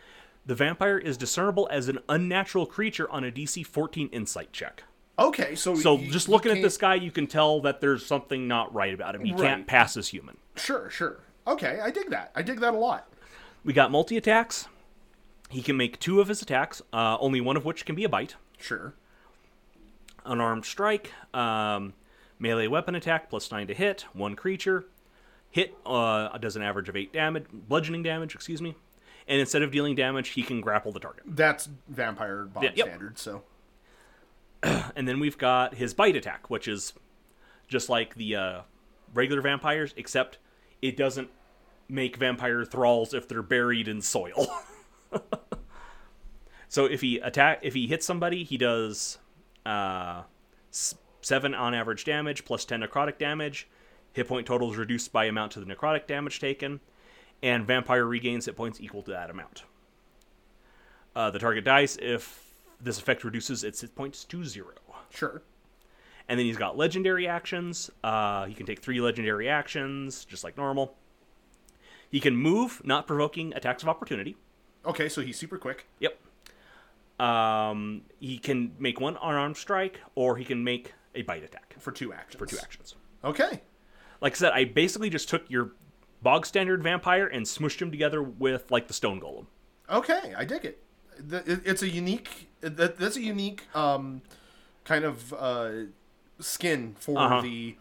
S2: The vampire is discernible as an unnatural creature on a DC 14 insight check.
S1: Okay. So
S2: So,
S1: you-
S2: just
S1: you
S2: looking at
S1: can't-
S2: this guy, you can tell that there's something not right about him. He
S1: Right.
S2: can't pass as human.
S1: Sure. Sure. Okay. I dig that. I dig that a lot.
S2: We got multi attacks. He can make two of his attacks, uh, only one of which can be a bite.
S1: Sure.
S2: unarmed strike, um, melee weapon attack plus nine to hit, one creature. Hit uh, does an average of eight damage, bludgeoning damage, excuse me. And instead of dealing damage, he can grapple the target.
S1: That's vampire bond
S2: Yeah, yep.
S1: standard. So
S2: And then we've got his bite attack, which is just like the uh, regular vampires, except it doesn't make vampire thralls if they're buried in soil. so if he attack, if he hits somebody, he does uh, s- seven on average damage plus ten necrotic damage. Hit point total is reduced by amount to the necrotic damage taken, and vampire regains hit points equal to that amount. Uh, the target dies if this effect reduces its hit points to zero.
S1: sure.
S2: And then he's got legendary actions. Uh, he can take three legendary actions, just like normal. He can move, not provoking attacks of opportunity.
S1: Okay. So he's super quick.
S2: Yep. Um, he can make one unarmed strike, or he can make a bite attack
S1: for two actions.
S2: for two actions.
S1: Okay.
S2: Like I said, I basically just took your bog standard vampire and smushed him together with like the stone golem.
S1: Okay, I dig it. Th- it- It's a unique. that- That's a unique um, kind of uh, skin for
S2: Uh-huh.
S1: the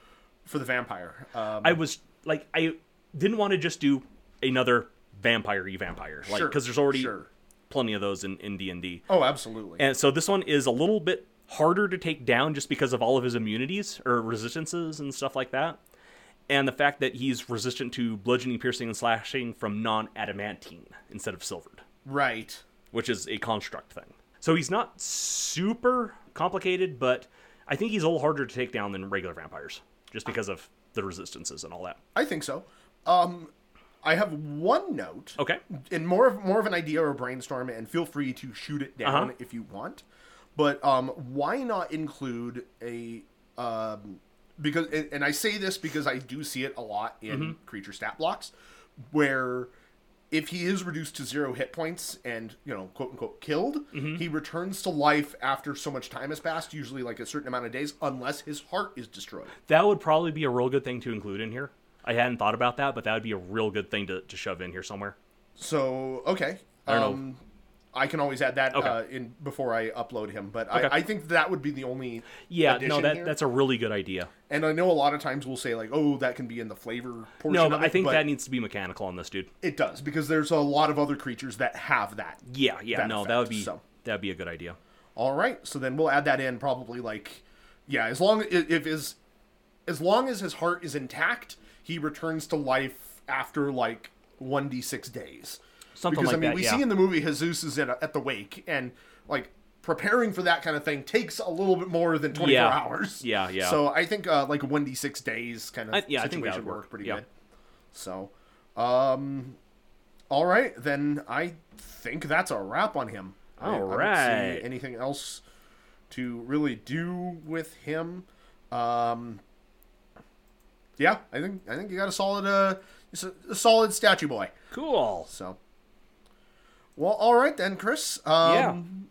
S1: for the vampire. Um,
S2: I was like, I didn't want to just do another vampire-y vampire, like
S1: Sure,
S2: because there's already
S1: sure.
S2: plenty of those in in D and D.
S1: oh, absolutely.
S2: And so this one is a little bit harder to take down just because of all of his immunities or resistances and stuff like that. And the fact that he's resistant to bludgeoning, piercing, and slashing from non adamantine instead of silvered,
S1: right.
S2: which is a construct thing. So he's not super complicated, but I think he's a little harder to take down than regular vampires just because of the resistances and all that.
S1: I think so. Um, I have one note.
S2: Okay.
S1: And more of more of an idea or a brainstorm, and feel free to shoot it down
S2: Uh-huh.
S1: if you want. But um, why not include a um, because and and I say this because I do see it a lot in
S2: Mm-hmm.
S1: creature stat blocks, where if he is reduced to zero hit points and you know quote unquote killed,
S2: Mm-hmm.
S1: he returns to life after so much time has passed, usually like a certain amount of days, unless his heart is destroyed.
S2: That would probably be a real good thing to include in here. I hadn't thought about that, but that would be a real good thing to, to shove in here somewhere.
S1: So okay,
S2: I don't know.
S1: um, I can always add that
S2: Okay.
S1: uh, in before I upload him, but
S2: Okay.
S1: I, I think that would be the only
S2: Yeah, no,
S1: addition
S2: that
S1: here.
S2: that's a really good idea.
S1: And I know a lot of times we'll say like, oh, that can be in the flavor portion.
S2: No,
S1: of
S2: but
S1: it,
S2: I think that needs to be mechanical on this dude.
S1: it does because there's a lot of other creatures that have that.
S2: Yeah, yeah,
S1: That
S2: no,
S1: effect,
S2: that would be
S1: so.
S2: that'd be a good idea.
S1: All right, so then we'll add that in probably like, yeah, as long if, if is as long as his heart is intact, he returns to life after like one d six days.
S2: Something
S1: because
S2: like
S1: I mean,
S2: that,
S1: we
S2: yeah.
S1: see in the movie Jesus is at, a, at the wake, and like preparing for that kind of thing takes a little bit more than twenty four
S2: Yeah.
S1: hours.
S2: Yeah, yeah.
S1: So I think uh, like one d six days kind of
S2: I- yeah, I
S1: situation
S2: think that would
S1: work
S2: work,
S1: pretty
S2: yeah.
S1: good. So, um, all right, then I think that's a wrap on him. I- I,
S2: All
S1: don't see
S2: right.
S1: anything else to really do with him? Um, yeah, I think I think you got a solid uh, s- a solid statue boy.
S2: Cool.
S1: So, well, all right then, Chris. Um,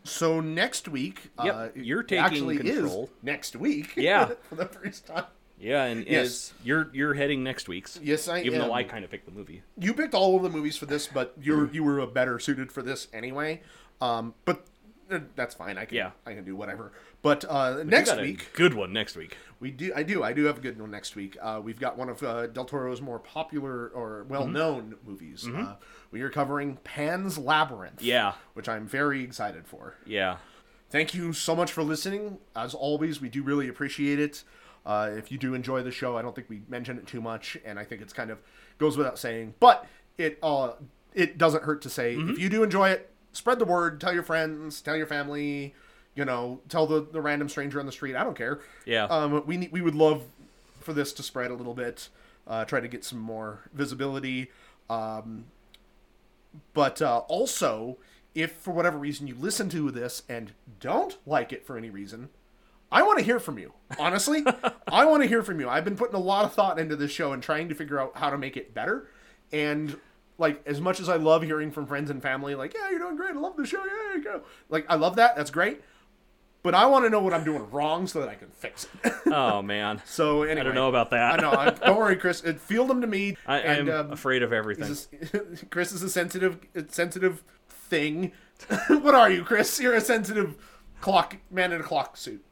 S2: Yeah.
S1: So next week,
S2: Yep,
S1: uh, it
S2: you're taking
S1: actually
S2: control.
S1: Is next week.
S2: Yeah.
S1: for the first time.
S2: Yeah, and
S1: Yes.
S2: is you're you're heading next week's.
S1: Yes, I
S2: even though
S1: am.
S2: I kind of picked the movie.
S1: you picked all of the movies for this, but you were you were a better suited for this anyway. Um, but uh, that's fine. I can
S2: Yeah.
S1: I can do whatever. But uh,
S2: You
S1: next
S2: got a
S1: week
S2: good one next week.
S1: we do I do I do have a good one next week. Uh, we've got one of uh, Del Toro's more popular or well known movies. Uh, we are covering Pan's Labyrinth.
S2: Mm-hmm. Yeah.
S1: which I'm very excited for.
S2: Yeah,
S1: Thank you so much for listening. As always, we do really appreciate it. Uh, if you do enjoy the show, I don't think we mention it too much, and I think it's kind of goes without saying, but it uh, it doesn't hurt to say if you do enjoy it spread the word tell your friends tell your family you know tell the, the random stranger on the street i don't care
S2: Yeah.
S1: um, we need, we would love for this to spread a little bit uh, try to get some more visibility um, but uh, also if for whatever reason you listen to this and don't like it for any reason I want to hear from you. Honestly, I want to hear from you. I've been putting a lot of thought into this show and trying to figure out how to make it better. And like as much as I love hearing from friends and family, like yeah, you're doing great. I love the show. Yeah, you go. Like I love that. That's great. But I want to know what I'm doing wrong so that I can fix it.
S2: Oh man.
S1: so anyway,
S2: I don't know about that.
S1: I know. I, don't worry, Chris. It, field them to me.
S2: I am
S1: and, um,
S2: afraid of everything.
S1: he's a- Chris is a sensitive, sensitive thing. what are you, Chris? You're a sensitive clock man in a clock suit.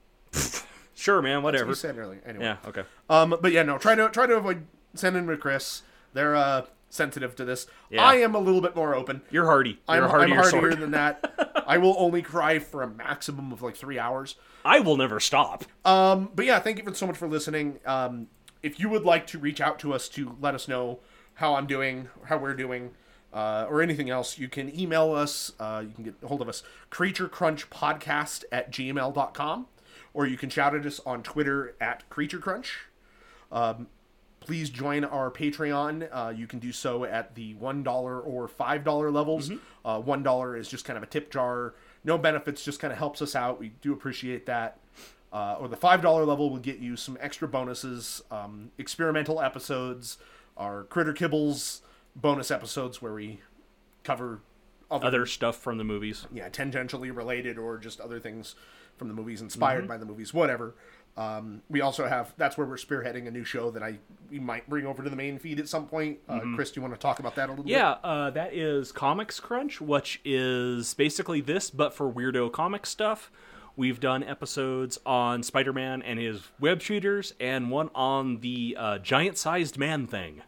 S2: Sure, man. Whatever.
S1: You said earlier. Anyway.
S2: Yeah. Okay.
S1: Um, but yeah, no, try to try to avoid sending with Chris. They're uh, sensitive to this.
S2: Yeah.
S1: I am a little bit more open.
S2: You're hardy. You're
S1: I'm,
S2: hardy.
S1: I'm
S2: your
S1: hardier
S2: sword.
S1: than that. I will only cry for a maximum of like three hours.
S2: I will never stop.
S1: Um, but yeah, thank you for so much for listening. Um, if you would like to reach out to us to let us know how I'm doing, how we're doing, uh, or anything else, you can email us. Uh, you can get a hold of us, creaturecrunchpodcast at gmail.com, or you can shout at us on Twitter at creaturecrunch please join our patreon uh, you can do so at the $1 or $5 levels uh, $1 is just kind of a tip jar no benefits just kind of helps us out we do appreciate that uh, or the $5 level will get you some extra bonuses um, experimental episodes our critter kibbles bonus episodes where we cover other,
S2: Other stuff from the movies.
S1: yeah tangentially related or just other things from the movies
S2: Mm-hmm.
S1: inspired by the movies whatever um, we also have that's where we're spearheading a new show that i we might bring over to the main feed at some point uh, chris do you want to talk about that a little
S2: Mm-hmm. Yeah, uh, that is Comics Crunch, which is basically this, but for weirdo comic stuff. We've done episodes on Spider Man and his web shooters, and one on the uh, giant sized man thing.
S1: bit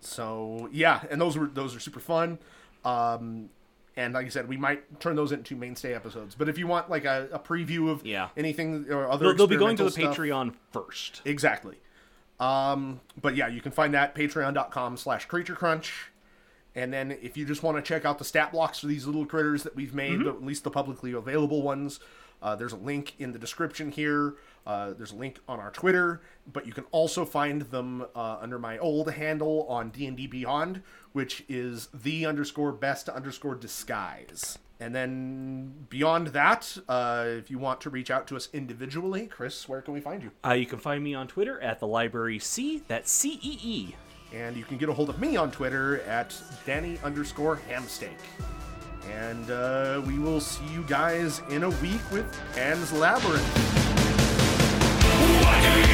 S1: so yeah and those were those are super fun um, and like i said we might turn those into mainstay episodes but if you want like a, a preview of
S2: Yeah.
S1: anything or other
S2: They'll, they'll be going to the
S1: experimental stuff-
S2: Patreon first.
S1: Exactly. Um, but yeah, you can find that patreon.com slash creature crunch. And then if you just want to check out the stat blocks for these little critters that we've made, the- at least the publicly available ones, uh, there's a link in the description here. Uh, there's a link on our Twitter, but you can also find them uh, under my old handle on D&D Beyond, which is the underscore best underscore disguise. And then beyond that, uh, if you want to reach out to us individually, Chris, where can we find you?
S2: Uh, you can find me on Twitter at the Library C. That's C E E.
S1: And you can get a hold of me on Twitter at Danny underscore hamsteak. And uh, we will see you guys in a week with Pan's Labyrinth.
S7: What do you